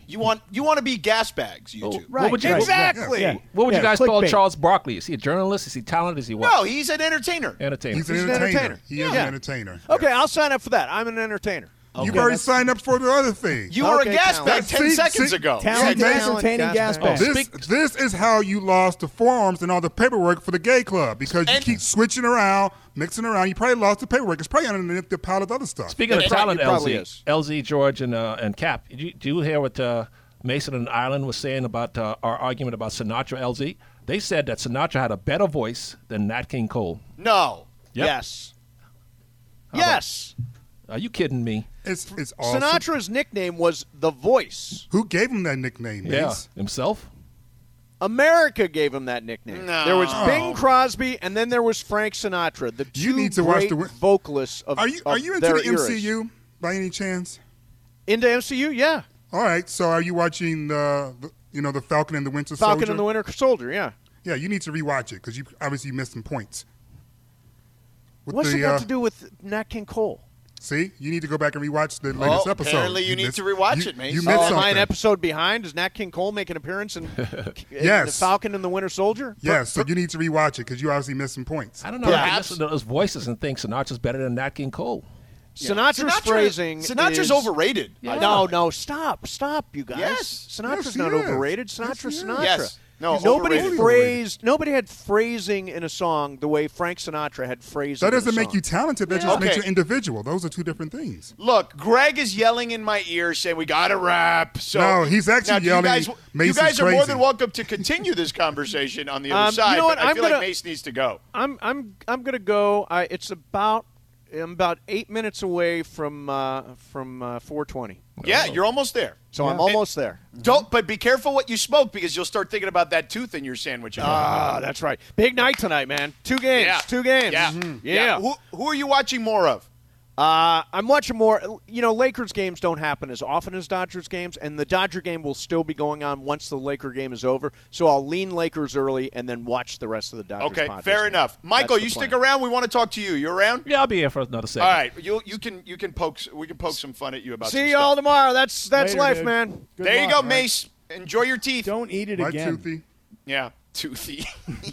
Speaker 1: You want you want to be gas bags,
Speaker 3: Oh,
Speaker 1: you two.
Speaker 5: What would you guys-
Speaker 3: Exactly.
Speaker 4: Yeah.
Speaker 5: What would
Speaker 4: Yeah,
Speaker 5: you guys call
Speaker 4: clickbait.
Speaker 5: Charles Barkley? Is he a journalist? Is he talented? Is he what?
Speaker 1: No, he's an entertainer.
Speaker 5: Entertainer.
Speaker 2: He's an
Speaker 3: He's an
Speaker 2: entertainer.
Speaker 3: entertainer.
Speaker 2: He is
Speaker 3: Yeah.
Speaker 2: an entertainer.
Speaker 3: Okay, I'll sign up for that. I'm an entertainer.
Speaker 2: You've
Speaker 4: Okay,
Speaker 2: already
Speaker 4: that's-
Speaker 2: signed up for the other thing.
Speaker 1: You were a
Speaker 3: Okay,
Speaker 1: gas
Speaker 3: talent.
Speaker 1: bag
Speaker 2: See,
Speaker 1: ten seconons
Speaker 2: see,
Speaker 3: Oh,
Speaker 1: ago.
Speaker 4: Talented,
Speaker 2: Amazing.
Speaker 4: entertaining gas
Speaker 3: Gas
Speaker 4: bag.
Speaker 3: bag.
Speaker 2: this, this is how you lost the forms and all the paperwork for the gay club because you
Speaker 1: And-
Speaker 2: keep switching around, mixing around. You probably lost the paperwork. It's probably underneath the pile of other stuff.
Speaker 5: Speaking of
Speaker 3: It
Speaker 5: talent,
Speaker 3: probably
Speaker 5: LZ,
Speaker 3: is.
Speaker 5: LZ, George, and uh, and Cap, did you, do you hear what uh, Mason and Ireland was saying about uh, our argument about Sinatra? LZ, they said that Sinatra had a better voice than Nat King Cole.
Speaker 1: No.
Speaker 5: Yep.
Speaker 3: Yes. Yes.
Speaker 5: Are you kidding me?
Speaker 2: It's it's awesome.
Speaker 3: Sinatra's nickname was The Voice.
Speaker 2: Who gave him that nickname? Mace?
Speaker 5: himself.
Speaker 3: America gave him that nickname.
Speaker 1: No.
Speaker 3: There was
Speaker 5: Oh.
Speaker 3: Bing Crosby, and then there was Frank Sinatra, the two
Speaker 2: You need to watch
Speaker 3: great
Speaker 2: the wi-
Speaker 3: vocalists of
Speaker 2: Are you
Speaker 3: of
Speaker 2: are you into
Speaker 3: their
Speaker 2: the
Speaker 3: eras.
Speaker 2: MCU by any chance?
Speaker 3: Into MCU, yeah.
Speaker 2: All right. So are you watching the, the you know the Falcon and the Winter
Speaker 3: Falcon
Speaker 2: Soldier?
Speaker 3: and the Winter Soldier, yeah.
Speaker 2: yeah, you need to rewatch it because you obviously missed some points. With
Speaker 3: What's
Speaker 2: the,
Speaker 3: it got
Speaker 2: uh,
Speaker 3: to do with Nat King Cole?
Speaker 2: See, you need to go back and rewatch the latest episode.
Speaker 1: apparently you need to rewatch
Speaker 2: you-
Speaker 1: it, Mace.
Speaker 2: You
Speaker 1: Oh,
Speaker 2: missed
Speaker 3: am I
Speaker 2: something.
Speaker 3: an episode behind? Does Nat King Cole make an appearance in, in the
Speaker 2: Yes.
Speaker 3: Falcon and the Winter Soldier?
Speaker 2: yeah, so you need to rewatch it because you obviously missed some points.
Speaker 5: I don't know. if I
Speaker 1: Perhaps.
Speaker 5: listen to those voices and think Sinatra's better than Nat King Cole.
Speaker 3: Sinatra's
Speaker 1: Sinatra-
Speaker 3: phrasing.
Speaker 1: Sinatra's
Speaker 3: is-
Speaker 1: overrated. I
Speaker 3: No,
Speaker 1: know.
Speaker 3: no, stop, stop, you guys.
Speaker 1: Yes.
Speaker 3: Sinatra's
Speaker 2: Yes, he
Speaker 3: not
Speaker 2: is.
Speaker 3: overrated.
Speaker 2: Yes,
Speaker 3: Sinatra's
Speaker 2: he is.
Speaker 3: Sinatra.
Speaker 1: Yes. No,
Speaker 3: nobody
Speaker 1: overrated.
Speaker 3: phrased. Nobody had phrasing in a song the way Frank Sinatra had phrasing.
Speaker 2: That
Speaker 3: in a
Speaker 2: doesn't make
Speaker 3: song.
Speaker 2: you talented. That just
Speaker 1: Okay.
Speaker 2: makes you individual. Those are two different things.
Speaker 1: Look, Greg is yelling in my ear saying we got to wrap. So
Speaker 2: No, he's actually
Speaker 1: now, do
Speaker 2: yelling,
Speaker 1: You guys, you
Speaker 2: "Mace is
Speaker 1: guys are more
Speaker 2: crazy."
Speaker 1: than welcome to continue this conversation on the other
Speaker 3: Um, you
Speaker 1: side.
Speaker 3: know what?
Speaker 1: but I
Speaker 3: I'm
Speaker 1: feel like
Speaker 3: gonna-
Speaker 1: Mace needs to go.
Speaker 3: I'm I'm I'm gonna go. I, it's about I'm about eight minutes away from uh, from uh, 420.
Speaker 1: Yeah, you're almost there.
Speaker 3: So I'm almost there.
Speaker 1: Don't, but be careful what you smoke because you'll start thinking about that tooth in your sandwich.
Speaker 3: Ah, that's right. Big night tonight, man. Two games.
Speaker 1: yeah,
Speaker 3: Two games. Mm-hmm.
Speaker 1: Yeah,
Speaker 3: Yeah.
Speaker 1: Who, who are you watching more of?
Speaker 3: Uh, I'm watching more. You know, Lakers games don't happen as often as Dodgers games, and the Dodger game will still be going on once the Laker game is over. So I'll lean Lakers early and then watch the rest of the Dodgers.
Speaker 1: Okay,
Speaker 3: Padres
Speaker 1: fair
Speaker 3: game.
Speaker 1: enough. Michael,
Speaker 3: That's the
Speaker 1: you stick
Speaker 3: plan.
Speaker 1: around. We want to talk to you. You around?
Speaker 5: Yeah, I'll be here for another second.
Speaker 1: All right. You you can you can poke s- we can poke some fun at you about. some
Speaker 3: See y'all
Speaker 1: Stuff.
Speaker 3: tomorrow. That's that's
Speaker 4: Later,
Speaker 3: life,
Speaker 4: dude.
Speaker 3: man.
Speaker 4: Good
Speaker 1: there you
Speaker 4: luck,
Speaker 1: go,
Speaker 4: all right?
Speaker 1: Mace. Enjoy your teeth.
Speaker 4: Don't eat it
Speaker 2: My
Speaker 4: again.
Speaker 2: toothy.
Speaker 1: Yeah, toothy. [laughs]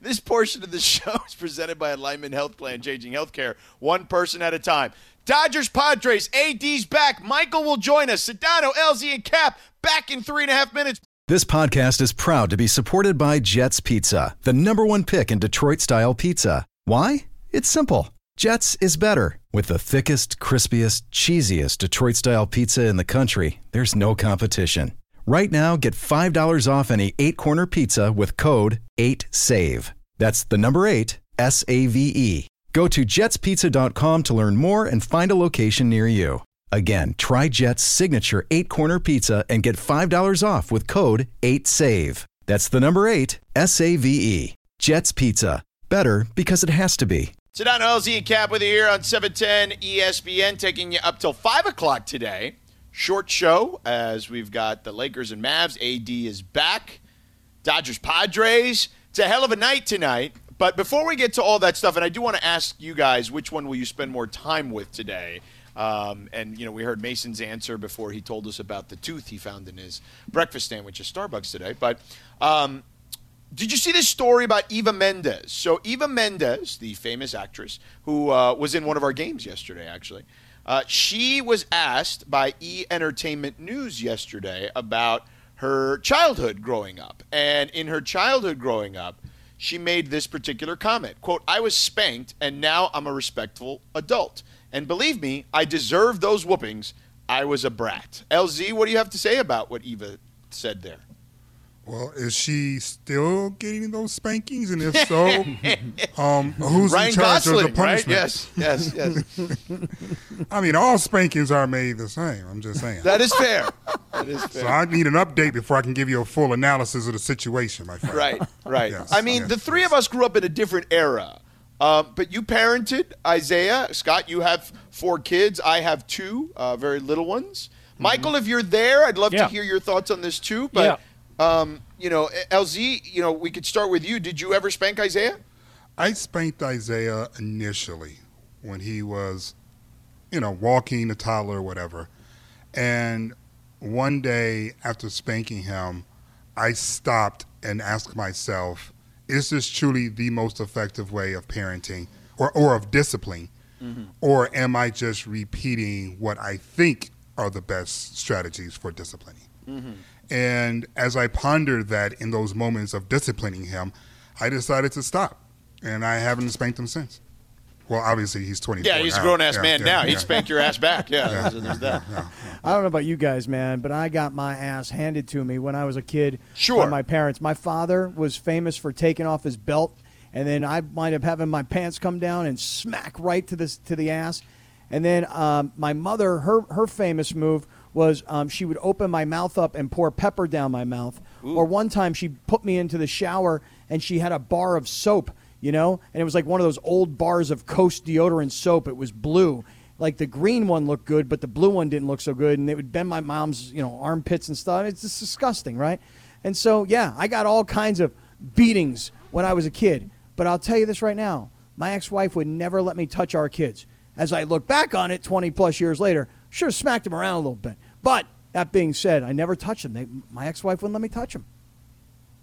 Speaker 1: this portion of the show is presented by Alignment Health Plan, changing healthcare one person at a time. Dodgers, Padres, AD's back. Michael will join us. Sedano, LZ, and Cap back in three and a half minutes.
Speaker 6: This podcast is proud to be supported by Jets Pizza, the number one pick in Detroit style pizza. Why? It's simple. Jets is better. With the thickest, crispiest, cheesiest Detroit style pizza in the country, there's no competition. Right now, get $5 off any eight corner pizza with code 8SAVE. That's the number eight, S A V E. Go to jetspizza.com to learn more and find a location near you. Again, try Jet's signature eight corner pizza and get $5 off with code 8SAVE. That's the number eight, S A V E. Jet's Pizza. Better because it has to be.
Speaker 1: Sedano, LZ, and Cap with you here on E 710 ESPN, taking you up till 5 o'clock today. Short show as we've got the Lakers and Mavs. AD is back. Dodgers, Padres. It's a hell of a night tonight. But before we get to all that stuff, and I do want to ask you guys which one will you spend more time with today? Um, and, you know, we heard Mason's answer before he told us about the tooth he found in his breakfast sandwich at Starbucks today. But um, did you see this story about Eva Mendes? So Eva Mendes, the famous actress who uh, was in one of our games yesterday, actually, uh, she was asked by E Entertainment News yesterday about her childhood growing up, and in her childhood growing up, she made this particular comment: "quote I was spanked, and now I'm a respectful adult, and believe me, I deserve those whoopings. I was a brat." LZ, what do you have to say about what Eva said there?
Speaker 2: Well, is she still getting those spankings? And if
Speaker 1: [laughs]
Speaker 2: so, um, who's
Speaker 1: Ryan
Speaker 2: in charge
Speaker 1: Gosling,
Speaker 2: of the punishment?
Speaker 1: right? Yes, yes, yes.
Speaker 2: I mean, all spankings are made the same. I'm just saying.
Speaker 1: That is fair. That is fair.
Speaker 2: so I need an update before I can give you a full analysis of the situation, my friend.
Speaker 1: Right, right.
Speaker 2: Yes,
Speaker 1: I mean,
Speaker 2: yes,
Speaker 1: the three of us grew up in a different era. Um, but you parented Isaiah, Scott. You have four kids. I have two uh, very little ones.
Speaker 2: Mm-hmm.
Speaker 1: Michael, if you're there, I'd love to
Speaker 5: Yeah.
Speaker 1: hear your thoughts on this too. But um, you know, LZ, you know, we could start with you. Did you ever spank Isaiah?
Speaker 2: I spanked Isaiah initially when he was, you know, walking a toddler or whatever. And one day after spanking him, I stopped and asked myself, is this truly the most effective way of parenting or, or of discipline?
Speaker 1: Mm-hmm.
Speaker 2: Or am I just repeating what I think are the best strategies for disciplining?
Speaker 1: Mm-hmm.
Speaker 2: And as I pondered that in those moments of disciplining him, I decided to stop. And I haven't spanked him since. Well, obviously he's 24.
Speaker 1: Yeah, he's
Speaker 2: now.
Speaker 1: a grown ass
Speaker 2: Yeah,
Speaker 1: man
Speaker 2: yeah,
Speaker 1: now. He'd
Speaker 2: yeah.
Speaker 1: spank your ass back.
Speaker 2: [laughs]
Speaker 1: Yeah, there's, there's that.
Speaker 4: I don't know about you guys, man, but I got my ass handed to me when I was a kid
Speaker 1: Sure.
Speaker 4: by my parents. My father was famous for taking off his belt, and then I wind up having my pants come down and smack right to this to the ass. And then um, my mother, her her famous move was um, she would open my mouth up and pour pepper down my mouth. Or one time she put me into the shower and she had a bar of soap, you know, and it was like one of those old bars of Coast deodorant soap. It was blue like the green one looked good, but the blue one didn't look so good, and it would bend my mom's you know armpits and stuff. It's just disgusting, right? And so yeah, I got all kinds of beatings when I was a kid. But I'll tell you this right now, my ex-wife would never let me touch our kids. As I look back on it, 20 plus years later, sure smacked them around a little bit. But that being said, I never touched them. They, my ex-wife wouldn't let me touch them.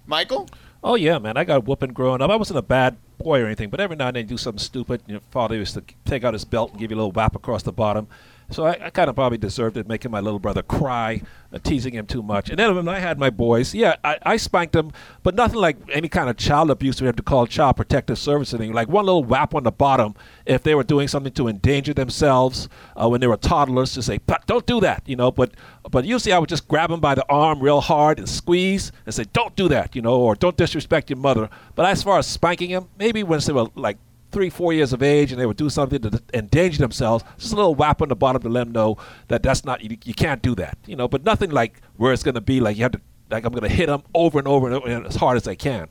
Speaker 1: Michael?
Speaker 5: Oh yeah, man, I got whooping growing up. I wasn't a bad boy or anything, but every now and then you do something stupid. Your father used to take out his belt and give you a little whap across the bottom. So I, I kind of probably deserved it, making my little brother cry, uh, teasing him too much. And then when I had my boys, yeah, I, I spanked them, but nothing like any kind of child abuse we have to call child protective services. And Like one little whap on the bottom if they were doing something to endanger themselves uh, when they were toddlers to say, "But don't do that," you know. But but usually I would just grab them by the arm real hard and squeeze and say, "Don't do that," you know, or "Don't disrespect your mother." But as far as spanking them, maybe once they were like three, four years of age and they would do something to d- endanger themselves, just a little whap on the bottom to let them know that that's not you, you can't do that, you know. But nothing like where it's going to be like you have to like I'm going to hit them over and over and over and as hard as I can.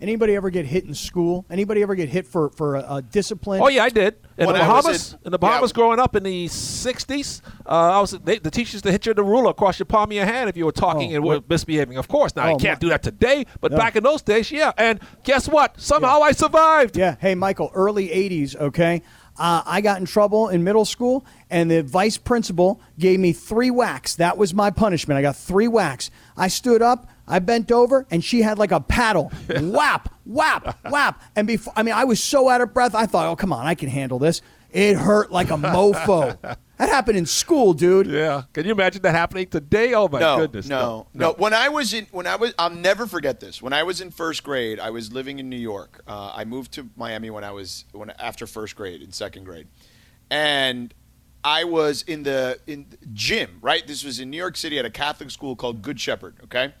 Speaker 4: Anybody ever get hit in school? Anybody ever get hit for for uh, discipline?
Speaker 5: Oh yeah, I did. In
Speaker 1: When
Speaker 5: the
Speaker 1: I was
Speaker 5: Bahamas,
Speaker 1: in-
Speaker 5: in, the Bahamas,
Speaker 1: yeah.
Speaker 5: growing up in the '60s, uh, I was they, the teachers to hit you with the ruler across your palm of your hand if you were talking
Speaker 4: Oh,
Speaker 5: and
Speaker 4: what-
Speaker 5: were misbehaving. Of course, now
Speaker 4: Oh,
Speaker 5: I can't
Speaker 4: my-
Speaker 5: do that today, but
Speaker 4: No.
Speaker 5: back in those days, yeah. And guess what? Somehow I survived.
Speaker 4: Yeah. Hey, Michael, early 80s, okay? Uh, I got in trouble in middle school, and the vice principal gave me three whacks. That was my punishment. I got three whacks. I stood up, I bent over, and she had like
Speaker 5: [laughs]
Speaker 4: a paddle. whap, whap, whap. And before, I mean, I was so out of breath, I thought, oh, come on, I can handle this. It hurt like
Speaker 5: [laughs]
Speaker 4: a mofo. That happened in school, dude.
Speaker 5: Yeah. Can you imagine that happening today? Oh my
Speaker 1: no,
Speaker 5: goodness.
Speaker 1: No, no, When I was in, when I was, I'll never forget this. When I was in first grade, I was living in New York. Uh, I moved to Miami when I was when after first grade in second grade, and I was in the in the gym. Right, this was in New York City at a Catholic school called Good Shepherd. Okay.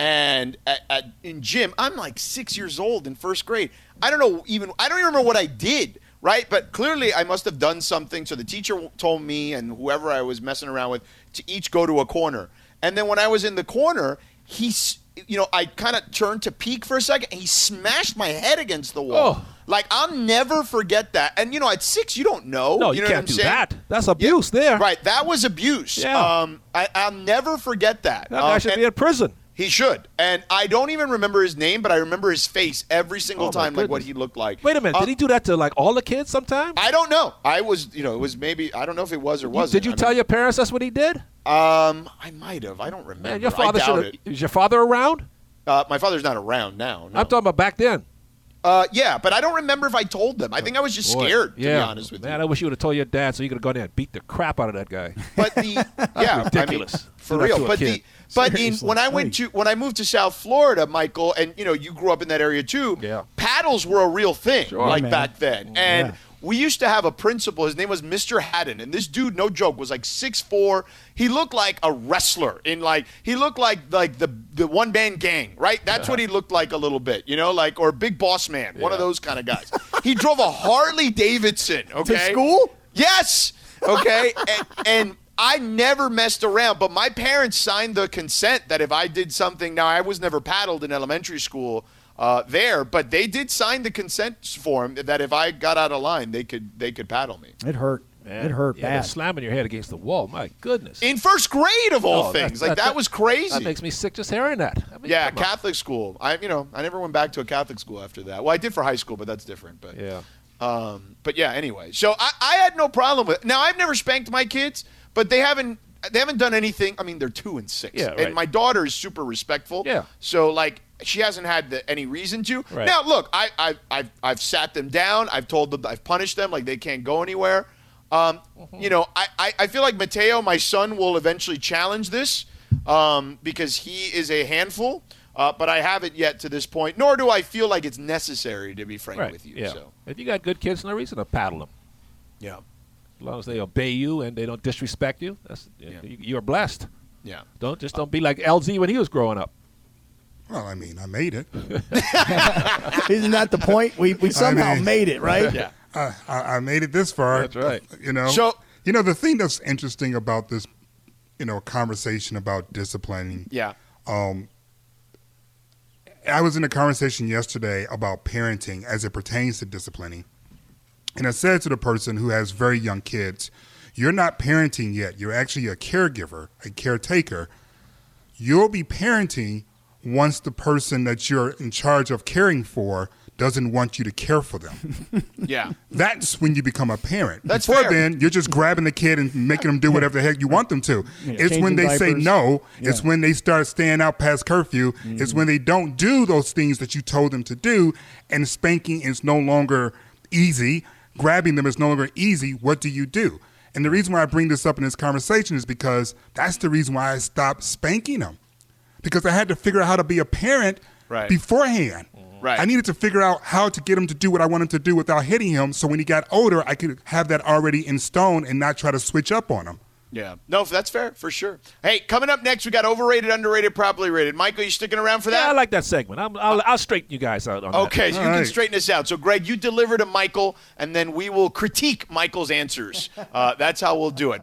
Speaker 1: And at, at, in gym, I'm like six years old in first grade. I don't know even. I don't even remember what I did right? But clearly, I must have done something. So the teacher told me and whoever I was messing around with to each go to a corner. And then when I was in the corner, he, s- you know, I kind of turned to peek for a second, and he smashed my head against the wall.
Speaker 5: Oh.
Speaker 1: Like I'll never forget that. And you know, at six, Oh, you don't know.
Speaker 5: No, you
Speaker 1: know
Speaker 5: can't
Speaker 1: what I'm
Speaker 5: do
Speaker 1: saying?
Speaker 5: that. That's abuse there.
Speaker 1: Right, that was abuse.
Speaker 5: Yeah.
Speaker 1: Um, I, I'll never forget that.
Speaker 5: That
Speaker 1: Um,
Speaker 5: guy should
Speaker 1: and-
Speaker 5: be in prison.
Speaker 1: he should. And I don't even remember his name, but I remember his face every single
Speaker 5: Oh, my
Speaker 1: time, like what
Speaker 5: goodness.
Speaker 1: he looked like.
Speaker 5: Wait a minute.
Speaker 1: Uh,
Speaker 5: did he do that to like all the kids sometime?
Speaker 1: I don't know. I was, you know, it was maybe I don't know if it was or
Speaker 5: You-
Speaker 1: wasn't.
Speaker 5: did you
Speaker 1: I
Speaker 5: tell
Speaker 1: mean,
Speaker 5: your parents that's what he did?
Speaker 1: Um, I might have. I don't remember.
Speaker 5: Man, your
Speaker 1: I
Speaker 5: father
Speaker 1: doubt
Speaker 5: should.
Speaker 1: it.
Speaker 5: Is your father around?
Speaker 1: Uh, my father's not around now. no.
Speaker 5: I'm talking about back then.
Speaker 1: uh, yeah, but I don't remember if I told them. I think I was just
Speaker 5: Oh, Boy,
Speaker 1: scared, to
Speaker 5: yeah.
Speaker 1: be honest with
Speaker 5: Man, I
Speaker 1: you.
Speaker 5: wish you would have told your dad so you could have gone there and beat the crap out of that [laughs] guy.
Speaker 1: But the yeah, I mean,
Speaker 5: ridiculous.
Speaker 1: for
Speaker 5: Do that to
Speaker 1: real.
Speaker 5: a
Speaker 1: But the
Speaker 5: kid.
Speaker 1: but in,
Speaker 4: Seriously.
Speaker 1: when I went to when I moved to South Florida, Michael, and you know you grew up in that area too.
Speaker 5: Yeah.
Speaker 1: paddles were a real thing
Speaker 5: Sure.
Speaker 1: like
Speaker 4: Yeah, man.
Speaker 1: back then, and. We used to have a principal. His name was Mr. Haddon, and this dude, no joke, was like 6'4". He looked like a wrestler. In like, he looked like like the the one man gang, right? That's what he looked like a little bit, you know, like or Big Boss Man, one of
Speaker 5: Yeah.
Speaker 1: those kind of guys. he drove a Harley
Speaker 5: [laughs]
Speaker 1: Davidson. Okay,
Speaker 4: school?
Speaker 1: Yes. Okay. [laughs] and, and I never messed around, but my parents signed the consent that if I did something, now I was never paddled in elementary school uh, there, but they did sign the consent form that if I got out of line, they could they could paddle me
Speaker 4: It hurt. It hurt
Speaker 5: yeah, they're
Speaker 4: bad.
Speaker 5: Slamming your head against the wall. My goodness.
Speaker 1: in first grade of all
Speaker 5: Oh, that-
Speaker 1: things. like
Speaker 5: that-
Speaker 1: that, was crazy.
Speaker 5: That makes me sick just hearing that. I mean,
Speaker 1: yeah,
Speaker 5: come on.
Speaker 1: Catholic school. I you know I never went back to a Catholic school after that. Well, I did for high school, but that's different. But
Speaker 5: Yeah.
Speaker 1: Um, but yeah, anyway. So I, I had no problem with. Now I've never spanked my kids, but they haven't they haven't done anything. I mean, they're two and six.
Speaker 5: Yeah,
Speaker 1: And
Speaker 5: right.
Speaker 1: my daughter is super respectful.
Speaker 5: Yeah.
Speaker 1: So like she hasn't had the, any reason to.
Speaker 5: Right.
Speaker 1: Now look, I, I I've I've sat them down. I've told them I've punished them. Like they can't go anywhere. Um,
Speaker 5: Mm-hmm.
Speaker 1: you know, I, I, I feel like Mateo, my son, will eventually challenge this um, because he is a handful. Uh, but I haven't yet to this point, nor do I feel like it's necessary, to be frank
Speaker 5: right.
Speaker 1: with you.
Speaker 5: yeah.
Speaker 1: So,
Speaker 5: If you got good kids, no reason to paddle them.
Speaker 1: yeah.
Speaker 5: As long as they obey you and they don't disrespect you, that's,
Speaker 1: Yeah.
Speaker 5: you- you're blessed.
Speaker 1: Yeah.
Speaker 5: Don't just don't be like LZ when he was growing up.
Speaker 2: Well, I mean, I made it.
Speaker 4: Isn't that the point?
Speaker 5: [laughs]
Speaker 4: We, we somehow
Speaker 2: mean-
Speaker 4: made it, right?
Speaker 1: Yeah.
Speaker 2: I, I, I made it this far. uh,
Speaker 5: That's right.
Speaker 2: You know.
Speaker 1: So-
Speaker 2: you know the thing that's interesting about this, you know, conversation about disciplining.
Speaker 1: Yeah.
Speaker 2: I was in a conversation yesterday about parenting as it pertains to disciplining. And I said to the person who has very young kids, You're not parenting yet. You're actually a caregiver, a caretaker. You'll be parenting once the person that you're in charge of caring for doesn't want you to care for them.
Speaker 3: [laughs]
Speaker 1: Yeah.
Speaker 2: That's when you become a parent.
Speaker 1: That's
Speaker 2: Before
Speaker 1: fair.
Speaker 2: then, you're just grabbing the kid and making them do whatever the heck you want them to. It's
Speaker 4: Changing
Speaker 2: when they say
Speaker 4: diapers. Mm-hmm.
Speaker 2: no. It's when they start staying out past curfew. It's when they don't do those things that you told them to do. And spanking is no longer easy. Grabbing them is no longer easy. What do you do? And the reason why I bring this up in this conversation is because that's the reason why I stopped spanking them. Because I had to figure out how to be a parent
Speaker 1: Right.
Speaker 2: beforehand.
Speaker 4: Mm-hmm.
Speaker 1: Right.
Speaker 2: I needed to figure out how to get him to do what I wanted to do without hitting him. So when he got older, I could have that already in stone and not try to switch up on him.
Speaker 1: Yeah. No, that's fair for sure. Hey, coming up next, we got overrated, underrated, properly rated. Michael, you sticking around for that?
Speaker 5: Yeah, I like that segment. I'm, I'll, I'll straighten you guys out on that.
Speaker 1: Okay, so you can
Speaker 2: right.
Speaker 1: straighten us out. So, Greg, you deliver to Michael, and then we will critique Michael's
Speaker 5: [laughs]
Speaker 1: answers. Uh, that's how we'll do it.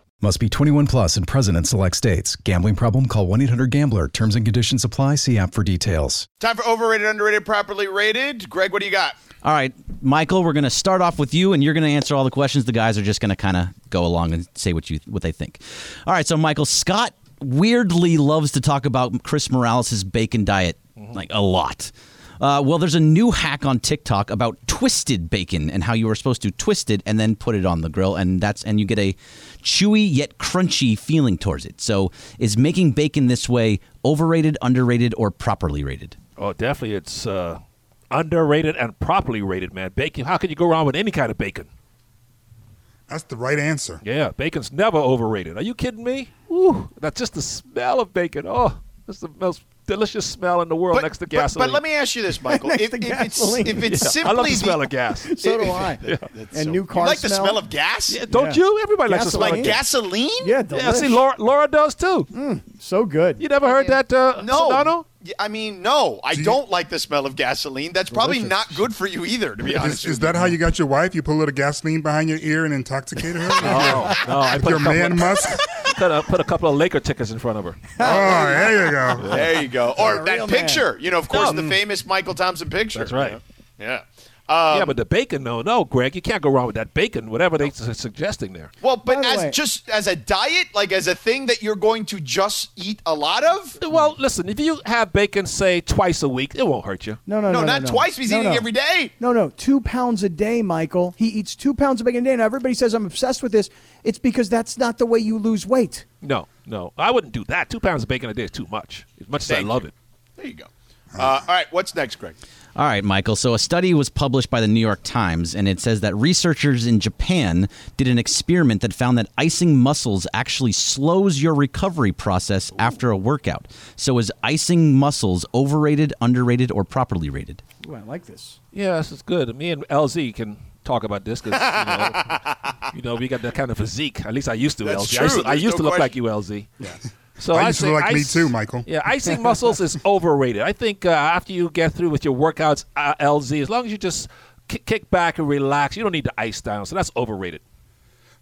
Speaker 6: Must be 21 plus and present in select states. Gambling problem? Call 1 800 Gambler. Terms and conditions apply. See app for details.
Speaker 1: Time for overrated, underrated, properly rated. Greg, what do you got?
Speaker 7: All right, Michael, we're going to start off with you, and you're going to answer all the questions. The guys are just going to kind of go along and say what you what they think. All right, so Michael Scott weirdly loves to talk about Chris Morales' bacon diet like a lot. Uh, well, there's a new hack on TikTok about twisted bacon and how you are supposed to twist it and then put it on the grill, and that's and you get a chewy yet crunchy feeling towards it. So, is making bacon this way overrated, underrated, or properly rated?
Speaker 5: Oh, definitely. It's uh, underrated and properly rated, man. Bacon. How can you go wrong with any kind of bacon?
Speaker 2: That's the right answer.
Speaker 5: Yeah, bacon's never overrated. Are you kidding me? Ooh, that's just the smell of bacon. Oh, it's the most delicious smell in the world next to gasoline.
Speaker 1: But, let me ask you this, Michael.
Speaker 4: Next
Speaker 1: if,
Speaker 4: to
Speaker 1: if
Speaker 4: gasoline.
Speaker 1: it's, if it's
Speaker 5: [laughs] Yeah,
Speaker 1: simply
Speaker 5: I love the smell
Speaker 1: [laughs]
Speaker 5: of gas.
Speaker 4: So do I. and new
Speaker 1: You
Speaker 4: car
Speaker 1: like the
Speaker 4: smell.
Speaker 1: smell of gas?
Speaker 5: Yeah, don't you? Everybody likes the smell
Speaker 1: like
Speaker 5: of gas.
Speaker 1: gasoline?
Speaker 4: Yeah,
Speaker 5: Yeah, see,
Speaker 4: delish.
Speaker 5: Laura, Laura does too.
Speaker 4: so good.
Speaker 5: You never heard that, uh,
Speaker 1: Mm. No.
Speaker 5: Sedano? [laughs]
Speaker 1: Yeah, I mean, no. I
Speaker 2: you-
Speaker 1: don't like the smell of gasoline. That's probably
Speaker 4: Delicious.
Speaker 1: not good for you either, to be honest.
Speaker 2: Is, is
Speaker 1: with
Speaker 2: that how you got your wife? You put a little gasoline behind your ear and
Speaker 5: [laughs]
Speaker 2: intoxicated her? oh,
Speaker 5: No, I put a
Speaker 2: your
Speaker 5: couple
Speaker 2: man
Speaker 5: of-
Speaker 2: musk?
Speaker 5: [laughs] Put a, put a couple of Laker tickets in front of her.
Speaker 2: Oh, there you go.
Speaker 1: you. There you
Speaker 4: [laughs]
Speaker 1: go. Or
Speaker 4: a
Speaker 1: that
Speaker 4: real man.
Speaker 1: picture. You know, of course, the famous Michael Thompson picture.
Speaker 5: That's right.
Speaker 1: Yeah. Uh,
Speaker 5: yeah, but the bacon, no, no, Greg, you can't go wrong with that bacon. Whatever they're suggesting there.
Speaker 1: Well, but
Speaker 4: By the
Speaker 1: as
Speaker 4: way-
Speaker 1: just as a diet, like as a thing that you're going to just eat a lot of.
Speaker 5: Well, listen, if you have bacon, say twice a week, it won't hurt you.
Speaker 4: No, no,
Speaker 1: No,
Speaker 4: no, no,
Speaker 1: not
Speaker 4: no.
Speaker 1: twice. He's
Speaker 4: No,
Speaker 1: eating
Speaker 4: no.
Speaker 1: every day.
Speaker 4: No, no, two pounds a day, Michael. He eats two pounds of bacon a day. Now everybody says I'm obsessed with this. It's because that's not the way you lose weight.
Speaker 5: No, no, I wouldn't do that. Two pounds of bacon a day is too much. As much as I
Speaker 1: Thank
Speaker 5: love
Speaker 1: you.
Speaker 5: it.
Speaker 1: There you go. Uh, all right, what's next, Greg?
Speaker 7: All right, Michael. So, a study was published by the New York Times, and it says that researchers in Japan did an experiment that found that icing mussels actually slows your recovery process after a workout. So, is icing mussels overrated, underrated, or properly rated?
Speaker 4: Ooh, I like this.
Speaker 5: Yeah, this is good. Me and LZ can talk about this because
Speaker 1: [laughs]
Speaker 5: you, know, you know we got that kind of physique. At least I used to.
Speaker 1: That's
Speaker 5: LZ. I used
Speaker 1: true.
Speaker 5: to, I
Speaker 1: There's
Speaker 5: used
Speaker 1: no
Speaker 5: to look
Speaker 1: question.
Speaker 5: like you, LZ. Yeah. So
Speaker 2: I
Speaker 5: I
Speaker 2: used to
Speaker 5: say
Speaker 2: look like me
Speaker 5: ice-
Speaker 2: too, Michael.
Speaker 5: Yeah, icing muscles
Speaker 2: [laughs]
Speaker 5: is overrated. I think uh, after you get through with your workouts, uh, LZ, as long as you just ki- kick back and relax, you don't need to ice down. So that's overrated.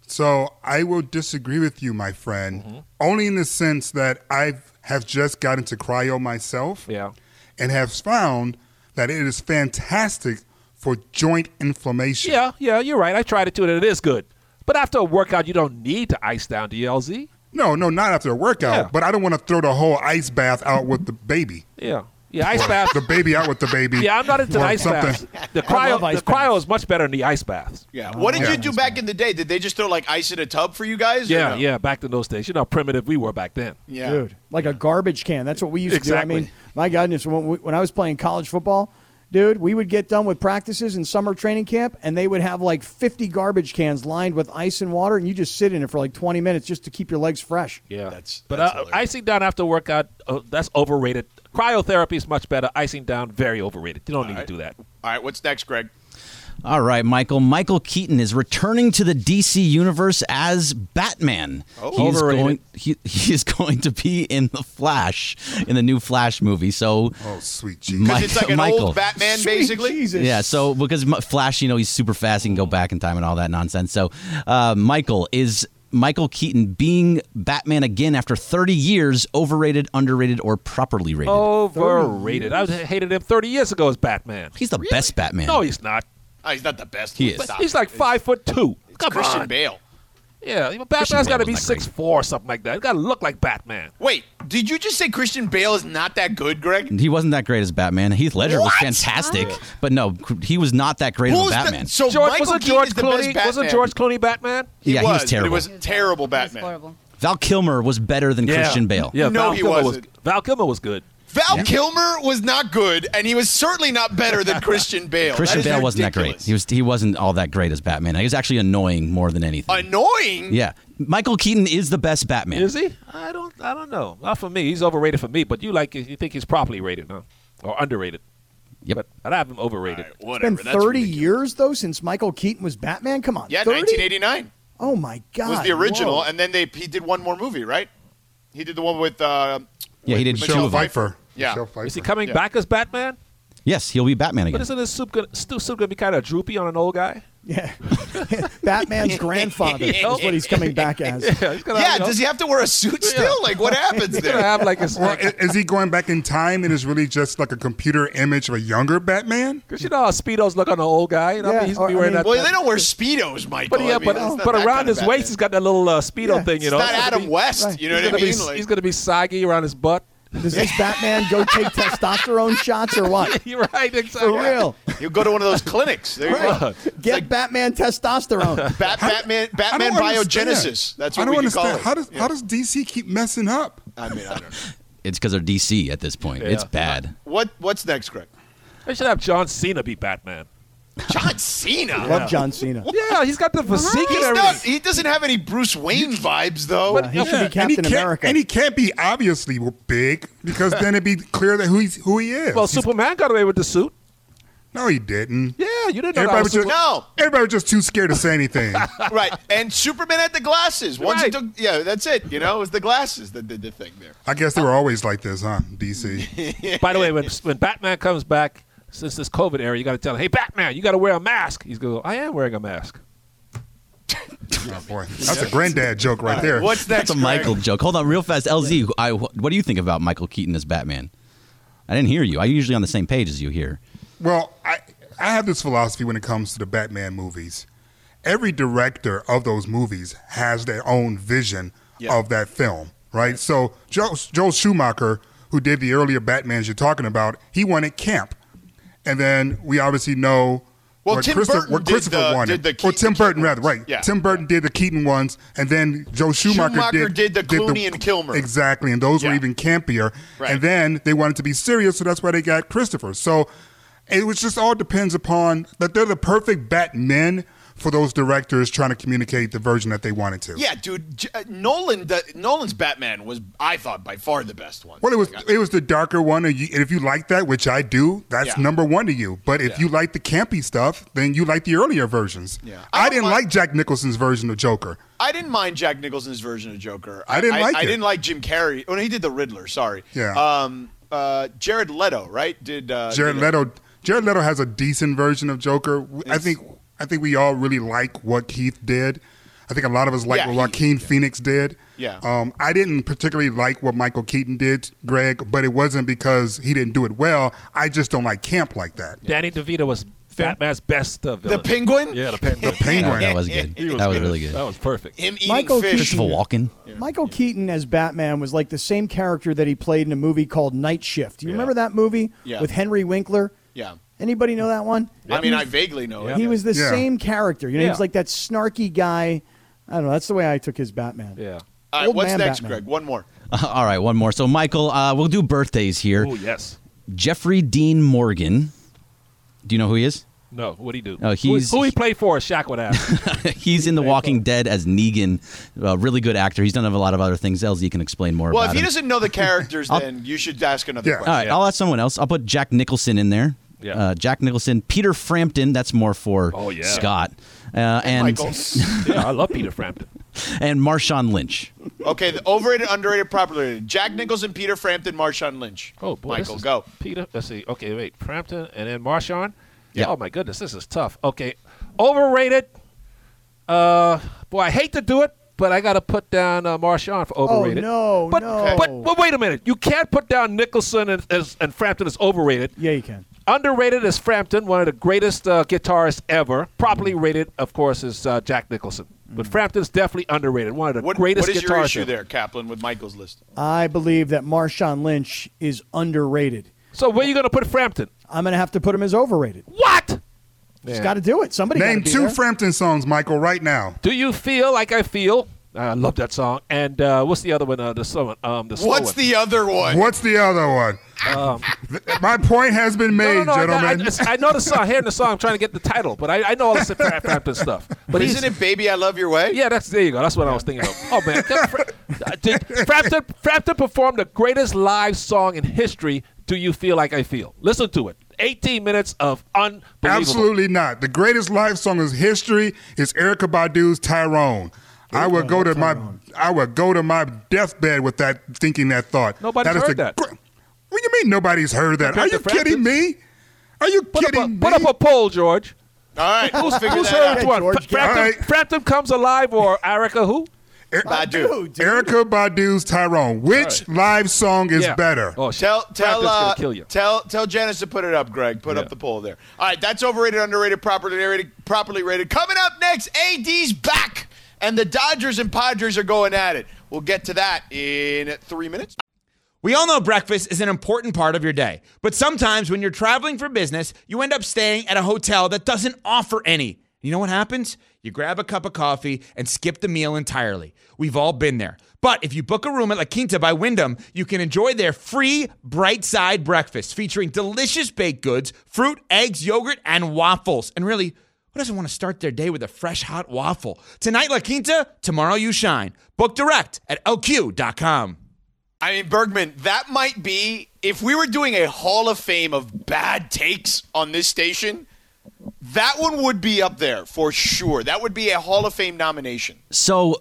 Speaker 2: So I will disagree with you, my friend,
Speaker 5: Mm-hmm.
Speaker 2: only in the sense that I have just got into cryo myself
Speaker 5: Yeah.
Speaker 2: and have found that it is fantastic for joint inflammation.
Speaker 5: Yeah, yeah, you're right. I tried it too, and it is good. But after a workout, you don't need to ice down, do you, LZ?
Speaker 2: No, no, not after a workout,
Speaker 5: Yeah.
Speaker 2: but I don't want to throw the whole ice bath out with the baby.
Speaker 5: Yeah. Yeah, ice
Speaker 2: Or
Speaker 5: baths.
Speaker 2: The baby out with the baby.
Speaker 5: Yeah, I'm not into
Speaker 2: or
Speaker 5: the ice
Speaker 2: something.
Speaker 5: baths. The cryo,
Speaker 4: love ice
Speaker 5: the cryo is much better than the ice baths.
Speaker 1: Yeah. What did
Speaker 2: Yeah.
Speaker 1: you do back in the day? Did they just throw like ice in a tub for you guys? or
Speaker 5: Yeah,
Speaker 1: no?
Speaker 5: yeah. Back in those days, you know how primitive we were back then.
Speaker 1: Yeah.
Speaker 4: dude. Like a garbage can. That's what we used
Speaker 5: Exactly.
Speaker 4: to do. I mean, my goodness, when, we, when I was playing college football, dude, we would get done with practices and summer training camp, and they would have like 50 garbage cans lined with ice and water, and you just sit in it for like 20 minutes just to keep your legs fresh.
Speaker 5: Yeah,
Speaker 1: That's-
Speaker 5: but
Speaker 1: that's
Speaker 5: uh,
Speaker 1: hilarious.
Speaker 5: icing down after workout uh, that's overrated. Cryotherapy is much better. Icing down very overrated. You don't need to do that.
Speaker 1: All right. What's next, Greg?
Speaker 7: All right, Michael. Michael Keaton is returning to the DC universe as Batman.
Speaker 1: Oh.
Speaker 7: he is
Speaker 5: Overrated.
Speaker 7: going. He, he is [laughs] going to be in the Flash in the new Flash movie. So,
Speaker 2: Oh, sweet Jesus.
Speaker 7: My-
Speaker 1: Because it's like an
Speaker 7: Michael.
Speaker 1: old Batman,
Speaker 4: Sweet
Speaker 1: basically.
Speaker 4: Jesus.
Speaker 7: yeah. So because M- Flash, you know, he's super fast. He can go back in time and all that nonsense. So, uh, Michael is Michael Keaton being Batman again after 30 years. Overrated, underrated, or properly rated?
Speaker 1: Oh,
Speaker 5: Overrated. I hated him 30 years ago as Batman.
Speaker 7: he's the best Batman.
Speaker 5: No, he's not.
Speaker 1: Oh, he's not the best.
Speaker 7: He
Speaker 1: Let's
Speaker 7: is.
Speaker 1: stop
Speaker 5: He's
Speaker 1: it.
Speaker 5: like five foot two.
Speaker 1: It's
Speaker 5: Come
Speaker 1: Christian
Speaker 5: on.
Speaker 1: Bale.
Speaker 5: Yeah,
Speaker 7: Christian
Speaker 5: Batman's got to
Speaker 7: Bale
Speaker 5: be
Speaker 7: was not great.
Speaker 5: six four or something like that. He's got to look like Batman.
Speaker 1: Wait, did you just say Christian Bale is not that good, Greg?
Speaker 7: He wasn't that great as Batman. Heath Ledger was
Speaker 1: What?
Speaker 7: fantastic, but no, he was not that great of a
Speaker 1: Who's the-
Speaker 7: Batman.
Speaker 1: so
Speaker 5: George,
Speaker 1: Oh, Michael
Speaker 5: wasn't
Speaker 1: Keaton
Speaker 5: George
Speaker 1: is the best
Speaker 5: Clooney?
Speaker 1: Batman.
Speaker 5: Wasn't George Clooney Batman?
Speaker 1: He
Speaker 7: yeah,
Speaker 1: was,
Speaker 7: he was
Speaker 1: but
Speaker 7: terrible.
Speaker 1: It was terrible Batman.
Speaker 8: It's horrible.
Speaker 7: Val Kilmer was better than Christian Bale.
Speaker 5: Yeah,
Speaker 1: No,
Speaker 5: Val
Speaker 1: he
Speaker 5: Kilmer
Speaker 1: wasn't.
Speaker 5: was. Val Kilmer was good.
Speaker 1: Val Kilmer was not good, and he was certainly not better than
Speaker 7: [laughs]
Speaker 1: Christian Bale.
Speaker 7: Christian
Speaker 1: That is
Speaker 7: Bale wasn't that great.
Speaker 1: ridiculous.
Speaker 7: He was he wasn't all that great as Batman. He was actually annoying more than anything.
Speaker 1: annoying.
Speaker 7: yeah, Michael Keaton is the best Batman.
Speaker 5: Is he? I don't. I don't know. Not for me. He's overrated for me. But you like? You think he's properly rated, huh? Or underrated?
Speaker 7: Yep.
Speaker 5: But I'd have him overrated.
Speaker 4: It's been
Speaker 1: Whatever. that's
Speaker 4: 30
Speaker 1: ridiculous.
Speaker 4: years, though, since Michael Keaton was Batman? Come on.
Speaker 1: Yeah,
Speaker 4: 30?
Speaker 1: 1989
Speaker 4: Oh, my God.
Speaker 1: was the original,
Speaker 4: Whoa.
Speaker 1: and then they he did one more movie, right? He did the one with uh,
Speaker 7: Yeah, he did
Speaker 1: Michelle
Speaker 7: two
Speaker 2: Michelle
Speaker 7: of them.
Speaker 2: Pfeiffer.
Speaker 1: Yeah.
Speaker 2: Michelle Pfeiffer.
Speaker 5: Is he coming
Speaker 1: Yeah.
Speaker 5: back as Batman?
Speaker 7: Yes, he'll be Batman
Speaker 5: But
Speaker 7: again.
Speaker 5: isn't his soup gonna, stu- soup gonna be kind of droopy on an old guy?
Speaker 4: Yeah. [laughs] Batman's grandfather is what he's
Speaker 1: [laughs]
Speaker 4: coming back as.
Speaker 5: Yeah, he's gonna,
Speaker 1: [laughs] yeah.
Speaker 5: you know,
Speaker 1: Does he have to wear a suit still? Like what happens
Speaker 3: [laughs]
Speaker 5: he's gonna
Speaker 1: there?
Speaker 5: have like his
Speaker 2: Or i- is he going back in time and is really just like a computer image of a younger Batman?
Speaker 5: Because you know how speedos look on an old guy. You know,
Speaker 4: Yeah,
Speaker 5: yeah, he's
Speaker 4: or-
Speaker 5: be
Speaker 4: I
Speaker 5: wearing
Speaker 4: mean-
Speaker 5: that.
Speaker 1: Well,
Speaker 5: that-
Speaker 1: they don't wear speedos, Michael.
Speaker 5: But yeah,
Speaker 1: I mean,
Speaker 5: but,
Speaker 3: uh,
Speaker 1: it's not
Speaker 5: but
Speaker 1: that
Speaker 5: around
Speaker 1: kind of
Speaker 5: his waist, he's
Speaker 1: Batman.
Speaker 5: got that little uh, speedo
Speaker 4: Yeah.
Speaker 5: thing. You
Speaker 1: It's
Speaker 5: know,
Speaker 1: not
Speaker 5: It's gonna
Speaker 1: Adam
Speaker 5: be-
Speaker 1: West.
Speaker 4: Right.
Speaker 1: You know
Speaker 5: He's
Speaker 1: what I
Speaker 5: gonna,
Speaker 1: mean?
Speaker 5: be,
Speaker 1: Like-
Speaker 5: he's gonna be saggy around his butt. [laughs]
Speaker 4: Does this Batman go take testosterone shots or what?
Speaker 5: You're right, exactly.
Speaker 4: For real.
Speaker 1: You go to one of those clinics. There you go.
Speaker 4: Get Batman
Speaker 1: [laughs]
Speaker 4: testosterone.
Speaker 1: Bat- Batman,
Speaker 2: I
Speaker 1: Batman
Speaker 2: don't understand.
Speaker 1: biogenesis. That's what
Speaker 2: I don't
Speaker 1: we could
Speaker 2: understand.
Speaker 1: call it.
Speaker 2: How does
Speaker 1: Yeah.
Speaker 2: how does DC keep messing up?
Speaker 1: I mean, I don't know.
Speaker 7: it's because they're DC at this point. It's bad.
Speaker 1: What What's next, Greg?
Speaker 5: They should have John Cena be Batman.
Speaker 1: John Cena.
Speaker 4: Love John Cena.
Speaker 5: Yeah, he's got the physique and
Speaker 1: He's
Speaker 5: everything.
Speaker 1: not, he doesn't have any Bruce Wayne vibes, though.
Speaker 4: Uh, He should be
Speaker 2: and he
Speaker 4: Captain
Speaker 2: can't,
Speaker 4: America.
Speaker 2: and he can't be obviously big because then it'd be clear that who he's who he is.
Speaker 5: Well,
Speaker 2: He's-
Speaker 5: Superman got away with the suit.
Speaker 2: no, he didn't.
Speaker 5: Yeah, you didn't know that
Speaker 2: Everybody
Speaker 5: was
Speaker 2: was just
Speaker 5: Superman.
Speaker 1: No.
Speaker 2: Everybody was just too scared to say anything.
Speaker 1: right. And Superman had the glasses. Once
Speaker 5: Right.
Speaker 1: he took, yeah, that's it. You know, it was the glasses that did the thing there.
Speaker 2: I guess they were always like this, huh? DC.
Speaker 5: By the way, when when Batman comes back, since this COVID era, you got to tell him, hey, Batman, you got to wear a mask. He's going, to go, I am wearing a mask.
Speaker 2: Oh boy, that's a granddad joke right there.
Speaker 1: What's next?
Speaker 7: That's a Michael
Speaker 1: Greg?
Speaker 7: joke. Hold on, real fast. LZ, who- I, what do you think about Michael Keaton as Batman? I didn't hear you. I'm usually on the same page as you here.
Speaker 2: Well, I I have this philosophy when it comes to the Batman movies. Every director of those movies has their own vision
Speaker 1: Yeah.
Speaker 2: of that film, right? So Joe, Joel Schumacher, who did the earlier Batmans you're talking about, he wanted camp, and then we obviously know
Speaker 1: Well,
Speaker 2: what,
Speaker 1: Tim
Speaker 2: Christopher,
Speaker 1: Burton
Speaker 2: what
Speaker 1: did
Speaker 2: Christopher
Speaker 1: the-
Speaker 2: wanted,
Speaker 1: did the
Speaker 2: or
Speaker 1: Keaton-
Speaker 2: Tim
Speaker 1: Keaton
Speaker 2: Burton rather,
Speaker 1: ones.
Speaker 2: right?
Speaker 1: Yeah.
Speaker 2: Tim Burton did the Keaton ones, and then Joe Schumacher,
Speaker 1: Schumacher
Speaker 2: did,
Speaker 1: did the Clooney and Kilmer.
Speaker 2: exactly, and those
Speaker 1: Yeah.
Speaker 2: were even campier.
Speaker 1: Right.
Speaker 2: And then they wanted to be serious, so that's why they got Christopher. So it was just all depends upon that they're the perfect Batmen for those directors trying to communicate the version that they wanted to.
Speaker 1: Yeah, dude. J- uh, Nolan, the, Nolan's Batman was, I thought, by far the best one.
Speaker 2: Well, it was
Speaker 1: Like, I-
Speaker 2: it was the darker one, and you- and if you like that, which I do, that's
Speaker 1: Yeah.
Speaker 2: number one to you. But if
Speaker 1: Yeah.
Speaker 2: you like the campy stuff, then you like the earlier versions.
Speaker 1: Yeah. I
Speaker 2: I,
Speaker 1: don't
Speaker 2: didn't
Speaker 1: mind-
Speaker 2: like Jack Nicholson's version of Joker.
Speaker 1: I didn't mind Jack Nicholson's version of Joker.
Speaker 2: I didn't like
Speaker 1: I,
Speaker 2: it.
Speaker 1: didn't like Jim Carrey. Oh, no, he did the Riddler. Sorry.
Speaker 2: Yeah.
Speaker 1: Um. Uh. Jared Leto, right? Did uh,
Speaker 2: Jared
Speaker 1: did-
Speaker 2: Leto. Jared Leto has a decent version of Joker. W- I
Speaker 1: It's-
Speaker 2: think. I think we all really like what Keith did. I think a lot of us like
Speaker 1: Yeah,
Speaker 2: what
Speaker 1: he-
Speaker 2: Joaquin Phoenix did.
Speaker 1: Yeah.
Speaker 2: Um, I didn't particularly like what Michael Keaton did, Greg, but it wasn't because he didn't do it well. I just don't like camp like that.
Speaker 5: Danny DeVito was
Speaker 2: him?
Speaker 5: Batman's best uh, villain.
Speaker 1: penguin?
Speaker 5: Yeah, the penguin.
Speaker 2: Penguin.
Speaker 7: That was good.
Speaker 5: [laughs]
Speaker 1: [laughs]
Speaker 5: He
Speaker 7: that was really good.
Speaker 5: That was perfect.
Speaker 1: Him eating
Speaker 4: Michael
Speaker 1: fish.
Speaker 4: Keaton.
Speaker 7: Christopher Walken.
Speaker 4: Michael Keaton as Batman was like the same character that he played in a movie called Night Shift. You remember that movie
Speaker 1: Yeah.
Speaker 4: with Henry Winkler?
Speaker 1: Yeah.
Speaker 4: Anybody know that one?
Speaker 1: I mean, I vaguely know it.
Speaker 4: He was the
Speaker 2: Yeah.
Speaker 4: same character. You know, he was
Speaker 5: Yeah.
Speaker 4: like that snarky guy. I don't know. That's the way I took his Batman.
Speaker 5: Yeah.
Speaker 1: All right,
Speaker 4: Old
Speaker 1: what's
Speaker 4: man
Speaker 1: next,
Speaker 4: Batman.
Speaker 1: Greg? One more.
Speaker 7: [laughs] All right, one more. So, Michael, uh, we'll do birthdays here.
Speaker 5: Oh yes.
Speaker 7: Jeffrey Dean Morgan. Do you know who he is? [laughs]
Speaker 5: No. What would he do? Who-
Speaker 7: No, Oh, he's-
Speaker 5: who, he played for? Shaq would
Speaker 7: [laughs]
Speaker 5: ask.
Speaker 7: He's in The Walking Dead as Negan. A really good actor. He's done a lot of other things. LZ can explain more
Speaker 1: Well,
Speaker 7: about
Speaker 1: if he
Speaker 7: him.
Speaker 1: doesn't know
Speaker 5: [laughs]
Speaker 1: the characters, then you should ask another
Speaker 2: Yeah.
Speaker 1: question.
Speaker 7: All right,
Speaker 5: Yeah.
Speaker 7: I'll add someone else. I'll put Jack Nicholson in there.
Speaker 5: Yeah.
Speaker 7: Uh, Jack Nicholson, Peter Frampton. That's more for
Speaker 5: Oh, yeah.
Speaker 7: Scott. Uh, and
Speaker 1: Michael.
Speaker 5: yeah, I love Peter Frampton.
Speaker 7: [laughs] and Marshawn Lynch.
Speaker 1: Okay, the overrated, underrated, properly rated. Jack Nicholson, Peter Frampton, Marshawn Lynch.
Speaker 5: Oh boy, this
Speaker 1: Michael,
Speaker 5: is
Speaker 1: go.
Speaker 5: Peter, let's see. Okay, wait, Frampton and then Marshawn.
Speaker 7: Yeah.
Speaker 5: Oh my goodness, this is tough. Okay, overrated. Uh, boy, I hate to do it, but I got to put down uh, Marshawn for overrated.
Speaker 4: Oh, no,
Speaker 5: but,
Speaker 4: no.
Speaker 5: But, but wait a minute, you can't put down Nicholson and, as, and Frampton as overrated.
Speaker 4: Yeah, you can.
Speaker 5: Underrated is Frampton, one of the greatest uh, guitarists ever. Properly
Speaker 1: Mm-hmm.
Speaker 5: rated, of course, is uh, Jack Nicholson. But Frampton's definitely underrated, one of the
Speaker 1: What,
Speaker 5: greatest
Speaker 1: what is
Speaker 5: guitarists
Speaker 1: your issue
Speaker 5: ever.
Speaker 1: there, Kaplan, with Michael's list?
Speaker 4: I believe that Marshawn Lynch is underrated.
Speaker 5: So where are you going to put Frampton?
Speaker 4: I'm going to have to put him as overrated.
Speaker 5: What?
Speaker 4: Just got to do it. Somebody
Speaker 2: Name
Speaker 4: gotta be
Speaker 2: two
Speaker 4: there.
Speaker 2: Frampton songs, Michael, right now.
Speaker 5: Do you feel like I feel? I love that song. And uh, what's the other one? Uh, the slow one. Um, the slow
Speaker 1: What's
Speaker 5: one.
Speaker 1: the other one?
Speaker 2: What's the other one?
Speaker 4: Um,
Speaker 2: Th- My point has been
Speaker 5: no,
Speaker 2: made,
Speaker 5: no, no, I, got- I,
Speaker 2: gentlemen.
Speaker 5: just- I know the song. Hearing the song, I'm trying to get the title, but I, I know all this
Speaker 1: [laughs]
Speaker 5: Fra- Frampton stuff. But
Speaker 1: But
Speaker 5: he's
Speaker 1: isn't it "Baby, I Love Your Way"?
Speaker 5: yeah, that's there you go. That's what I was thinking of. Oh man, That Fra- uh,
Speaker 1: [laughs]
Speaker 5: did, Frampton, Frampton performed the greatest live song in history. Do you feel like I feel? Listen to it. 18 minutes of unbelievable.
Speaker 2: Absolutely not. The greatest live song is history is Erica Badu's Tyrone. I would go to my I would go to my deathbed with that thinking that thought.
Speaker 5: Nobody's
Speaker 2: is
Speaker 5: heard that.
Speaker 2: gre- what do you mean nobody's heard that? Are
Speaker 5: Compared
Speaker 2: you
Speaker 5: to
Speaker 2: kidding me? Are you
Speaker 5: Put up,
Speaker 2: kidding
Speaker 5: a,
Speaker 2: me?
Speaker 5: put up a poll,
Speaker 1: [laughs]
Speaker 5: George.
Speaker 1: All
Speaker 5: [laughs]
Speaker 1: right, let's figure
Speaker 5: Who's
Speaker 1: that
Speaker 5: heard
Speaker 1: out.
Speaker 4: Yeah,
Speaker 5: one? Fra-
Speaker 4: George, get it.
Speaker 5: Frampton,
Speaker 2: Alright.
Speaker 5: Frampton comes alive or Erica who?
Speaker 1: Badu.
Speaker 4: Dude,
Speaker 2: Erica Badu's Tyrone. Which live song is
Speaker 5: Yeah.
Speaker 2: better?
Speaker 5: Oh, shit.
Speaker 1: Tell
Speaker 5: Frampton's
Speaker 1: tell uh,
Speaker 5: gonna kill you.
Speaker 1: tell tell Janice to put it up, Greg. Put
Speaker 5: Yeah.
Speaker 1: up the poll there. All right, that's overrated, underrated, properly rated, properly rated. Coming up next, AD's back, and the Dodgers and Padres are going at it. We'll get to that in three minutes.
Speaker 8: We all know breakfast is an important part of your day, but sometimes when you're traveling for business, you end up staying at a hotel that doesn't offer any. You know what happens? You grab a cup of coffee and skip the meal entirely. We've all been there. But if you book a room at La Quinta by Wyndham, you can enjoy their free bright side breakfast featuring delicious baked goods, fruit, eggs, yogurt, and waffles. And really, who doesn't want to start their day with a fresh hot waffle? Tonight, La Quinta, tomorrow, you shine. Book direct at lq.com.
Speaker 1: I mean, Bergman, that might be if we were doing a Hall of Fame of bad takes on this station, that one would be up there for sure. That would be a Hall of Fame nomination.
Speaker 7: So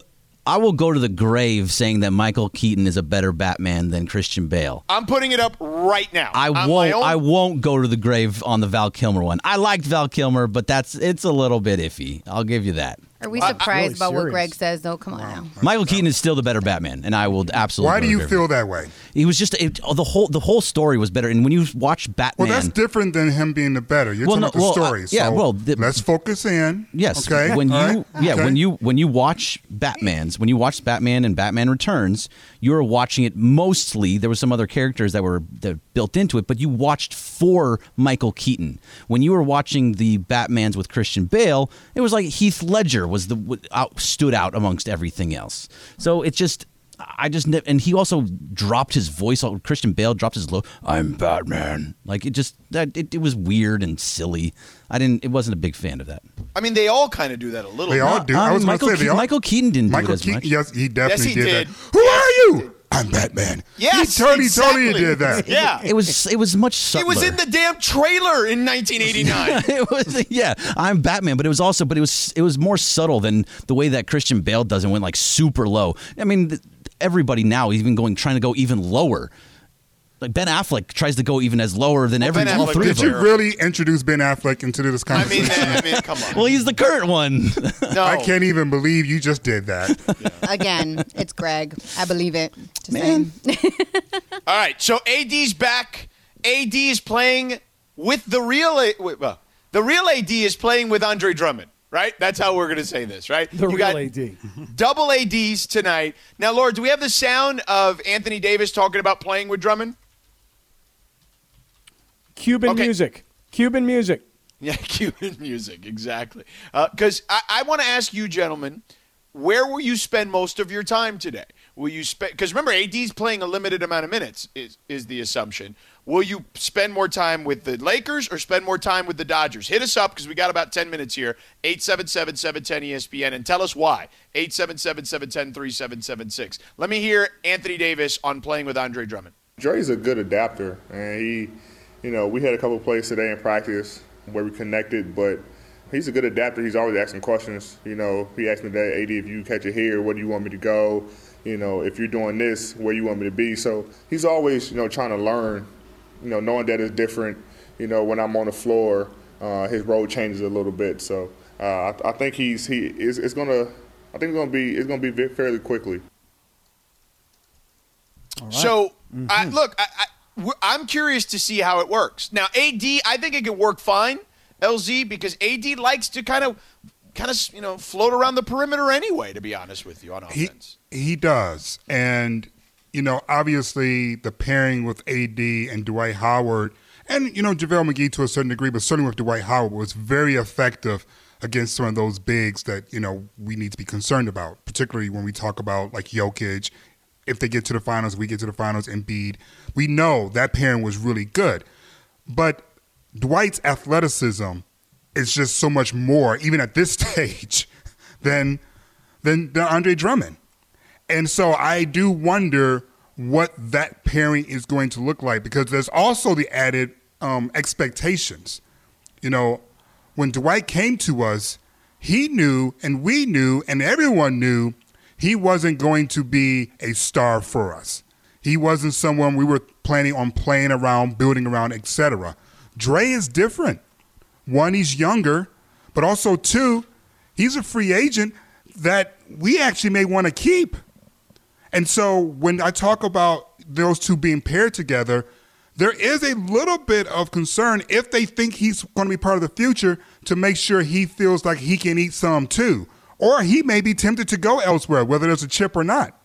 Speaker 7: I will go to the grave saying that Michael Keaton is a better Batman than Christian Bale.
Speaker 1: I'm putting it up right now.
Speaker 7: I
Speaker 1: On my
Speaker 7: won't.
Speaker 1: own-
Speaker 7: I won't go to the grave on the Val Kilmer one. I liked Val Kilmer, but that's it's a little bit iffy. I'll give you that.
Speaker 9: Are we surprised
Speaker 4: really
Speaker 9: about what
Speaker 4: serious.
Speaker 9: Greg says? though? come on now.
Speaker 7: Michael Keaton is still the better Batman, and I will absolutely.
Speaker 2: Why do
Speaker 7: go to
Speaker 2: you
Speaker 7: the grave.
Speaker 2: feel that way?
Speaker 7: He was just it, oh, the whole the whole story was better. And when you watch Batman,
Speaker 2: Well, that's different than him being the better. You're
Speaker 7: Well,
Speaker 2: talking
Speaker 7: no,
Speaker 2: about the
Speaker 7: well, I-
Speaker 2: story.
Speaker 7: yeah,
Speaker 2: so
Speaker 7: well, the-
Speaker 2: let's focus in.
Speaker 7: Yes.
Speaker 2: Okay.
Speaker 7: When you
Speaker 2: All right?
Speaker 7: yeah,
Speaker 2: Okay.
Speaker 7: when you when you watch Batman's, when you watch Batman and Batman Returns, you're watching it mostly. There were some other characters that were that were built into it, but you watched for Michael Keaton. When you were watching the Batmans with Christian Bale, it was like Heath Ledger was the w- out, stood out amongst everything else. So it just I just ne- and he also dropped his voice. all- Christian Bale dropped his low. I'm Batman. Like it just that it, it was weird and silly. I didn't. It wasn't a big fan of that.
Speaker 1: I mean, they all kind of do that a little.
Speaker 2: They
Speaker 1: bit.
Speaker 2: all do. I
Speaker 7: Um,
Speaker 2: was
Speaker 7: Michael
Speaker 2: going to say they
Speaker 7: Keaton-
Speaker 2: all,
Speaker 7: Michael Keaton didn't do
Speaker 2: Michael
Speaker 7: it as
Speaker 2: Keaton,
Speaker 7: much.
Speaker 2: Yes, he definitely
Speaker 1: he
Speaker 2: did,
Speaker 1: did.
Speaker 2: that. Who are you? I'm Batman.
Speaker 1: Yes,
Speaker 2: he totally,
Speaker 1: exactly.
Speaker 2: totally did
Speaker 1: [laughs]
Speaker 2: that.
Speaker 1: Yeah,
Speaker 7: It was it was much
Speaker 1: He
Speaker 7: subtler. [laughs]
Speaker 1: was in the damn trailer in 1989.
Speaker 7: it was yeah. I'm Batman, but it was also but it was it was more subtle than the way that Christian Bale does and went like super low. I mean, th- everybody now even going trying to go even lower. Like Ben Affleck tries to go even as lower than every
Speaker 1: Ben
Speaker 7: all
Speaker 1: Affleck
Speaker 7: three of
Speaker 2: Did you
Speaker 7: them.
Speaker 2: really introduce Ben Affleck into this
Speaker 1: I mean, [laughs]
Speaker 2: conversation?
Speaker 1: I mean, come on.
Speaker 7: Well, he's the current one.
Speaker 1: no.
Speaker 2: I can't even believe you just
Speaker 1: [laughs]
Speaker 2: did that.
Speaker 9: Again, it's Greg. I believe it. Just
Speaker 7: [laughs] Man.
Speaker 9: saying.
Speaker 1: All right, so AD's back. AD is playing with the real. wait, well, The real AD is playing with Andre Drummond, right? That's how we're going to say this, right?
Speaker 4: The
Speaker 1: you
Speaker 4: real
Speaker 1: got
Speaker 4: AD.
Speaker 1: double ADs tonight. Now, Laura, do we have the sound of Anthony Davis talking about playing with Drummond? [laughs]
Speaker 4: Cuban
Speaker 1: Okay.
Speaker 4: music. Cuban music.
Speaker 1: Yeah, Cuban music, exactly. Uh, Because I, I want to ask you, gentlemen, where will you spend most of your time today? Will you spend? Because remember, AD's playing a limited amount of minutes is is the assumption. Will you spend more time with the Lakers or spend more time with the Dodgers? Hit us up because we got about 10 minutes here, 877-710-ESPN, and tell us why, 877-710-3776. Let me hear Anthony Davis on playing with Andre Drummond.
Speaker 10: Dre's a good adapter, and he, you know, we had a couple plays today in practice where we connected, but he's a good adapter. He's always asking questions. You know, he asked me that, AD, if you catch it here, where do you want me to go? You know, if you're doing this, where you want me to be? So he's always, you know, trying to learn, you know, knowing that it's different. You know, when I'm on the floor, uh, his role changes a little bit. So uh, I, I think he's he is it's gonna, I think it's gonna be it's gonna be fairly quickly.
Speaker 1: So, I, look, I, I, w- I'm curious to see how it works. Now, AD, I think it could work fine, LZ, because AD likes to kind of, kind of, you know, float around the perimeter anyway. To be honest with you, on
Speaker 2: He,
Speaker 1: offense.
Speaker 2: he does. And, you know, obviously the pairing with AD and Dwight Howard, and, you know, JaVale McGee to a certain degree, but certainly with Dwight Howard, was very effective against some of those bigs that, you know, we need to be concerned about, particularly when we talk about like Jokic. If they get to the finals, we get to the finals, Embiid. We know that pairing was really good. But Dwight's athleticism is just so much more, even at this [laughs] stage, than than, than Andre Drummond. And so I do wonder what that pairing is going to look like because there's also the added um, expectations. You know, when Dwight came to us, he knew and we knew and everyone knew he wasn't going to be a star for us. He wasn't someone we were planning on playing around, building around, etc. Dre is different. One, he's younger, but also two, he's a free agent that we actually may want to keep. And so when I talk about those two being paired together, there is a little bit of concern if they think he's going to be part of the future to make sure he feels like he can eat some too. Or he may be tempted to go elsewhere, whether there's a chip or not.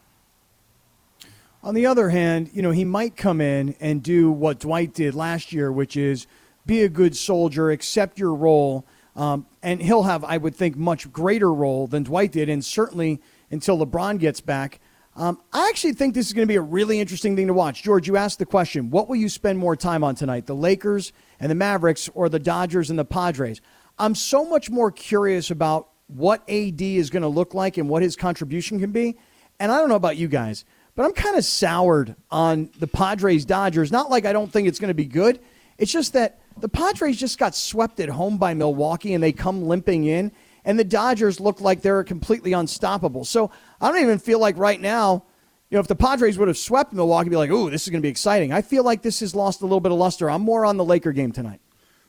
Speaker 4: On the other hand, you know, he might come in and do what Dwight did last year, which is be a good soldier, accept your role, um, and he'll have, I would think, much greater role than Dwight did, and certainly until LeBron gets back. Um, I actually think this is going to be a really interesting thing to watch. George, you asked the question: What will you spend more time on tonight, the Lakers and the Mavericks, or the Dodgers and the Padres? I'm so much more curious about what AD is going to look like and what his contribution can be. And I don't know about you guys, but I'm kind of soured on the Padres Dodgers. Not like I don't think it's going to be good. It's just that the Padres just got swept at home by Milwaukee and they come limping in, and the Dodgers look like they're completely unstoppable. So I don't even feel like right now, you know, if the Padres would have swept Milwaukee, be like, ooh, this is going to be exciting. I feel like this has lost a little bit of luster. I'm more on the Laker game tonight.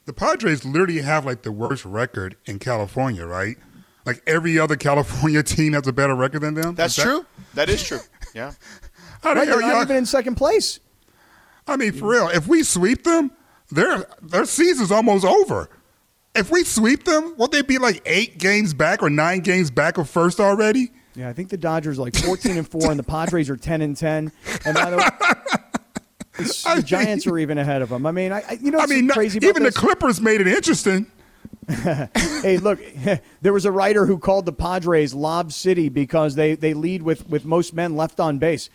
Speaker 2: The Padres literally have like the worst record in California, right? Like every other [laughs] California team has a better record than them.
Speaker 1: That's
Speaker 2: Is that-
Speaker 1: true. That is true. Yeah.
Speaker 2: How do
Speaker 4: Right?
Speaker 2: you-
Speaker 4: They're not even in second place.
Speaker 2: I mean, for real, if we sweep them, their their season's almost over. If we sweep them, won't they be like eight games back or nine games back of first already?
Speaker 4: Yeah, I think the Dodgers are like 14 and 4, and the Padres are 10 and 10. And by the way, it's- the Giants are even ahead of them. I mean, I, I- you know,
Speaker 2: I
Speaker 4: what's
Speaker 2: mean, not-
Speaker 4: crazy about
Speaker 2: even the
Speaker 4: this?
Speaker 2: Clippers made it interesting.
Speaker 4: hey, look, [laughs] there was a writer who called the Padres Lob City because they, they lead with, with most men left on base.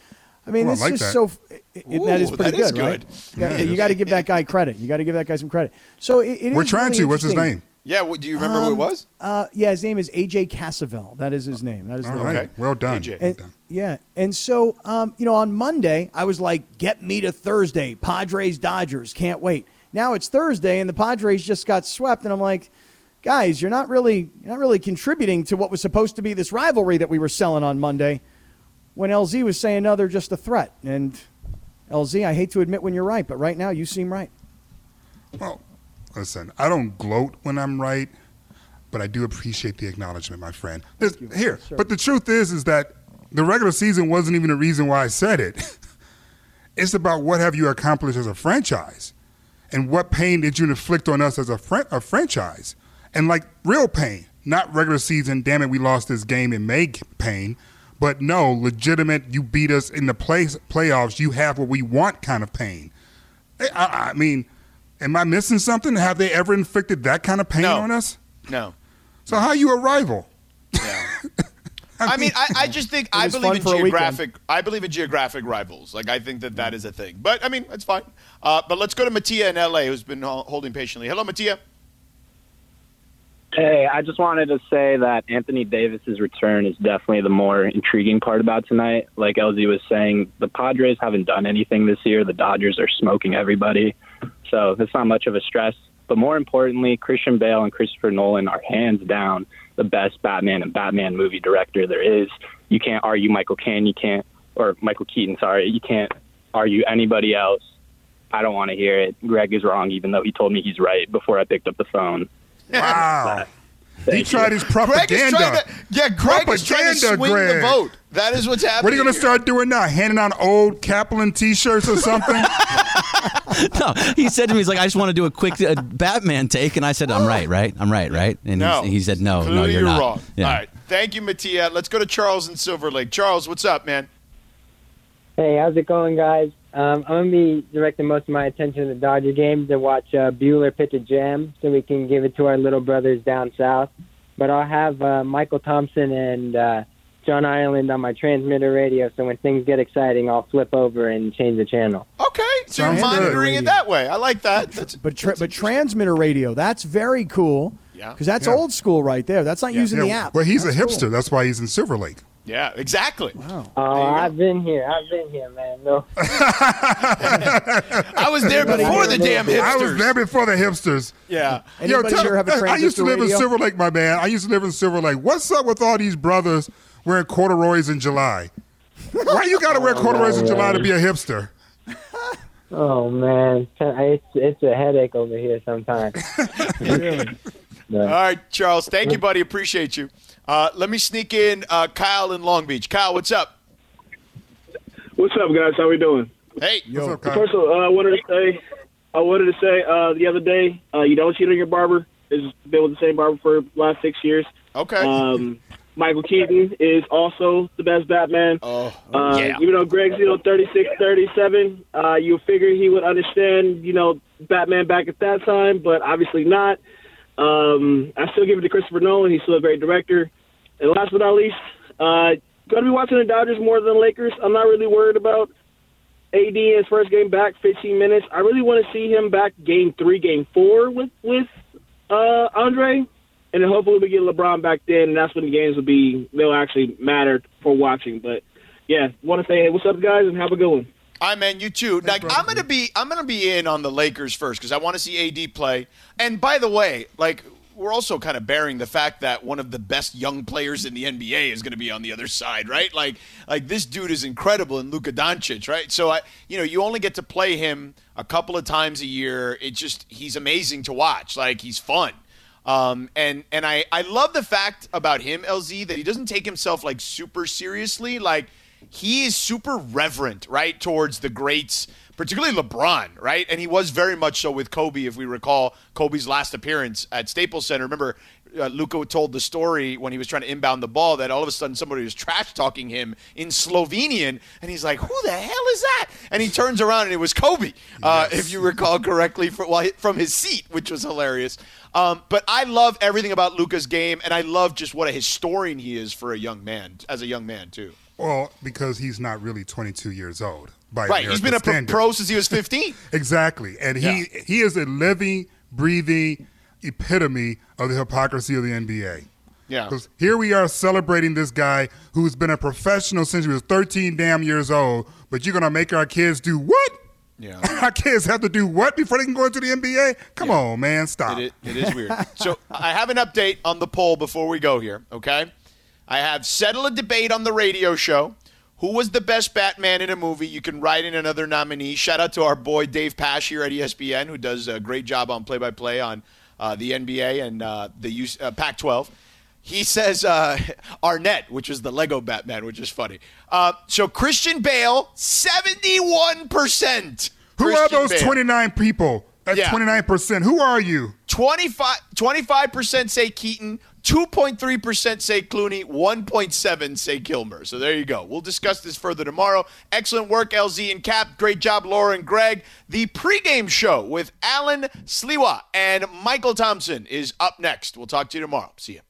Speaker 4: I mean,
Speaker 2: Oh, I
Speaker 4: it's
Speaker 2: like
Speaker 4: just
Speaker 2: that.
Speaker 4: so. It, it- that is
Speaker 1: Ooh,
Speaker 4: pretty
Speaker 1: that is
Speaker 4: good, right?
Speaker 1: good.
Speaker 4: Yeah, you got to give that guy credit. You got to give that guy some credit. So it, it
Speaker 2: We're
Speaker 4: is
Speaker 2: trying
Speaker 4: really
Speaker 2: to. What's his
Speaker 4: interesting.
Speaker 2: name?
Speaker 1: Yeah. What, do you remember
Speaker 2: Um,
Speaker 1: what it was?
Speaker 4: Uh, yeah, his name is AJ Cassavell. That is his name. That is
Speaker 2: All
Speaker 4: the
Speaker 2: right, well done.
Speaker 1: AJ.
Speaker 2: Well
Speaker 4: and,
Speaker 2: done.
Speaker 4: yeah. And so, um, you know, on Monday, I was like, get me to Thursday, Padres, Dodgers, can't wait. Now it's Thursday, and the Padres just got swept, and I'm like, guys, you're not really, you're not really contributing to what was supposed to be this rivalry that we were selling on Monday. When LZ was saying, no, they're just a threat. And LZ, I hate to admit when you're right, but right now you seem right.
Speaker 2: Well, listen, I don't gloat when I'm right, but I do appreciate the acknowledgement, my friend. There's- here, but the truth is, is that the regular season wasn't even the [laughs] reason why I said it. it's about what have you accomplished as a franchise. and what pain did you inflict on us as a, fran- a franchise? And like real pain, not regular season, damn it, we lost this game in May pain, but no, legitimate, you beat us in the play- playoffs, you have what we want kind of pain. I, I- I mean, am I missing something? Have they ever inflicted that kind of pain on us?
Speaker 1: No.
Speaker 2: So how you a
Speaker 1: [laughs]
Speaker 2: rival?
Speaker 1: I mean, I, I just think I
Speaker 2: was
Speaker 1: believe
Speaker 2: fun
Speaker 1: in
Speaker 2: for a weekend.
Speaker 1: geographic. I believe in geographic rivals. Like I think that that is a thing. But I mean, it's fine. Uh, but let's go to Mattia in LA, who's been hol- holding patiently. Hello, Mattia.
Speaker 11: Hey, I just wanted to say that Anthony Davis's return is definitely the more intriguing part about tonight. Like LZ was saying, the Padres haven't done anything this year. The Dodgers are smoking everybody. So that's not much of a stress. But more importantly, Christian Bale and Christopher Nolan are hands down the best Batman and Batman movie director there is. You can't argue Michael Caine, you can't or Michael Keaton, sorry, you can't argue anybody else. I don't want to hear it. Greg is wrong, even though he told me he's right before I picked up the phone.
Speaker 2: Wow. he
Speaker 11: Thank
Speaker 2: tried
Speaker 11: you.
Speaker 2: his propaganda.
Speaker 11: Greg is trying to-
Speaker 1: yeah, Greg is trying to
Speaker 2: Propaganda,
Speaker 1: swing
Speaker 2: Greg.
Speaker 1: the vote. That is what's happening.
Speaker 2: What are you going to
Speaker 1: here.
Speaker 2: start doing now? Handing out old Kaplan T-shirts or
Speaker 4: [laughs]
Speaker 2: something?
Speaker 7: [laughs] no, he said to me, he's like, I just want to do a quick uh, Batman take. And I said, I'm right, right? I'm right, right? And
Speaker 1: No.
Speaker 7: he, he said, Oh, no, no,
Speaker 1: Clearly
Speaker 7: you're, not.
Speaker 1: wrong.
Speaker 7: Yeah.
Speaker 1: All right. Thank you, Mattia. Let's go to Charles in Silver Lake. Charles, what's up, man?
Speaker 12: Hey, how's it going, guys? Um, I'm going to be directing most of my attention to the Dodger game to watch uh, Bueller pitch a jam so we can give it to our little brothers down south. But I'll have uh, Michael Thompson and uh, John Ireland on my transmitter radio, so when things get exciting, I'll flip over and change the channel.
Speaker 1: Okay, so you're
Speaker 4: Sounds good.
Speaker 1: monitoring it that way. I like that. That's,
Speaker 4: But tra- but transmitter radio, that's very cool.
Speaker 1: Yeah.
Speaker 4: Because that's
Speaker 1: Yeah.
Speaker 4: old school right there. That's not using the
Speaker 2: Yeah,
Speaker 4: app.
Speaker 2: Well, he's
Speaker 4: That's
Speaker 2: a
Speaker 4: cool.
Speaker 2: hipster. That's why he's in Silver Lake.
Speaker 1: yeah, exactly. Wow.
Speaker 12: Oh, I've been here. I've been here, man. No.
Speaker 1: I was
Speaker 12: [laughs]
Speaker 1: there before the damn hipsters.
Speaker 2: I was there before the hipsters.
Speaker 1: Yeah.
Speaker 2: Yo,
Speaker 4: Anybody
Speaker 2: tell,
Speaker 4: here have a
Speaker 2: I used to
Speaker 4: transistor
Speaker 2: live in
Speaker 4: radio?
Speaker 2: Silver Lake, my man. I used to live in Silver Lake. What's up with all these brothers wearing corduroys in July? Why you got to wear corduroys in July to be a hipster?
Speaker 12: Oh, man. It's, it's a headache over here sometimes.
Speaker 1: All right, Charles. Thank you, buddy. Appreciate you. Uh, let me sneak in uh, Kyle in Long Beach. Kyle, what's up?
Speaker 13: What's up, guys? How we doing?
Speaker 1: Hey.
Speaker 2: What's
Speaker 1: up,
Speaker 13: First of all, uh, I wanted to say, I wanted to say uh, the other day, uh, you don't cheat on your barber. It's been with the same barber for the last six years.
Speaker 1: Okay.
Speaker 13: Um, Michael Keaton is also the best Batman.
Speaker 1: Oh,
Speaker 13: uh,
Speaker 1: yeah.
Speaker 13: Even though Greg's, you know, 36, 37, uh, you figure he would understand, you know, Batman back at that time, but obviously not. Um, I still give it to Christopher Nolan. He's still a great director. And last but not least, uh, going to be watching the Dodgers more than the Lakers. I'm not really worried about AD in his first game back, 15 minutes. I really want to see him back game three, game four with with uh, Andre, and then hopefully we get LeBron back then, and that's when the games will be they'll actually matter for watching. But yeah, want to say hey, what's up, guys, and have a good one.
Speaker 1: I man, you too. Like I'm gonna be, I'm gonna be in on the Lakers first because I want to see AD play. And by the way, like we're also kind of bearing the fact that one of the best young players in the NBA is gonna be on the other side, right? Like, like this dude is incredible in Luka Doncic, right? So I, you know, you only get to play him a couple of times a year. It just he's amazing to watch. Like he's fun. Um, and and I, I love the fact about him, LZ, that he doesn't take himself like super seriously. Like he is super reverent, right, towards the greats, particularly LeBron, right? And he was very much so with Kobe, if we recall Kobe's last appearance at Staples Center. Remember, uh, Luca told the story when he was trying to inbound the ball that all of a sudden somebody was trash talking him in Slovenian, and he's like, "Who the hell is that?" And he turns around and it was Kobe, uh, if you recall correctly, fr- while- from his seat, which was hilarious. Um, but I love everything about Luca's game, and I love just what a historian he is for a young man, as a young man too.
Speaker 2: Well, because he's not really 22 years old. By
Speaker 1: Right, he's
Speaker 2: American
Speaker 1: been a pro-
Speaker 2: standard.
Speaker 1: pro since he was 15.
Speaker 2: Exactly, and he he is a living, breathing epitome of the hypocrisy of the NBA.
Speaker 1: Yeah.
Speaker 2: Because here we are celebrating this guy who's been a professional since he was 13 damn years old, but you're gonna make our kids do what?
Speaker 1: Yeah.
Speaker 2: [laughs] our kids have to do what before they can go into the NBA? Come on, man, stop.
Speaker 1: It, i- it is weird. so I have an update on the poll before we go here, okay? I have settle a debate on the radio show. Who was the best Batman in a movie? You can write in another nominee. Shout out to our boy Dave Pash here at E ESPN, who does a great job on play-by-play on uh, the NBA and uh, the US, uh, Pac-12. He says uh, [laughs] Arnett, which is the Lego Batman, which is funny. Uh, so Christian Bale, seventy-one percent.
Speaker 2: Who are those 29 people? That's
Speaker 1: Yeah.
Speaker 2: twenty nine percent. Who are you?
Speaker 1: 25 percent say Keaton, two point three percent say Clooney, one point seven say Kilmer. So there you go. We'll discuss this further tomorrow. Excellent work, LZ and Cap. Great job, Laura and Greg. The pregame show with Alan Sliwa and Michael Thompson is up next. We'll talk to you tomorrow. See you.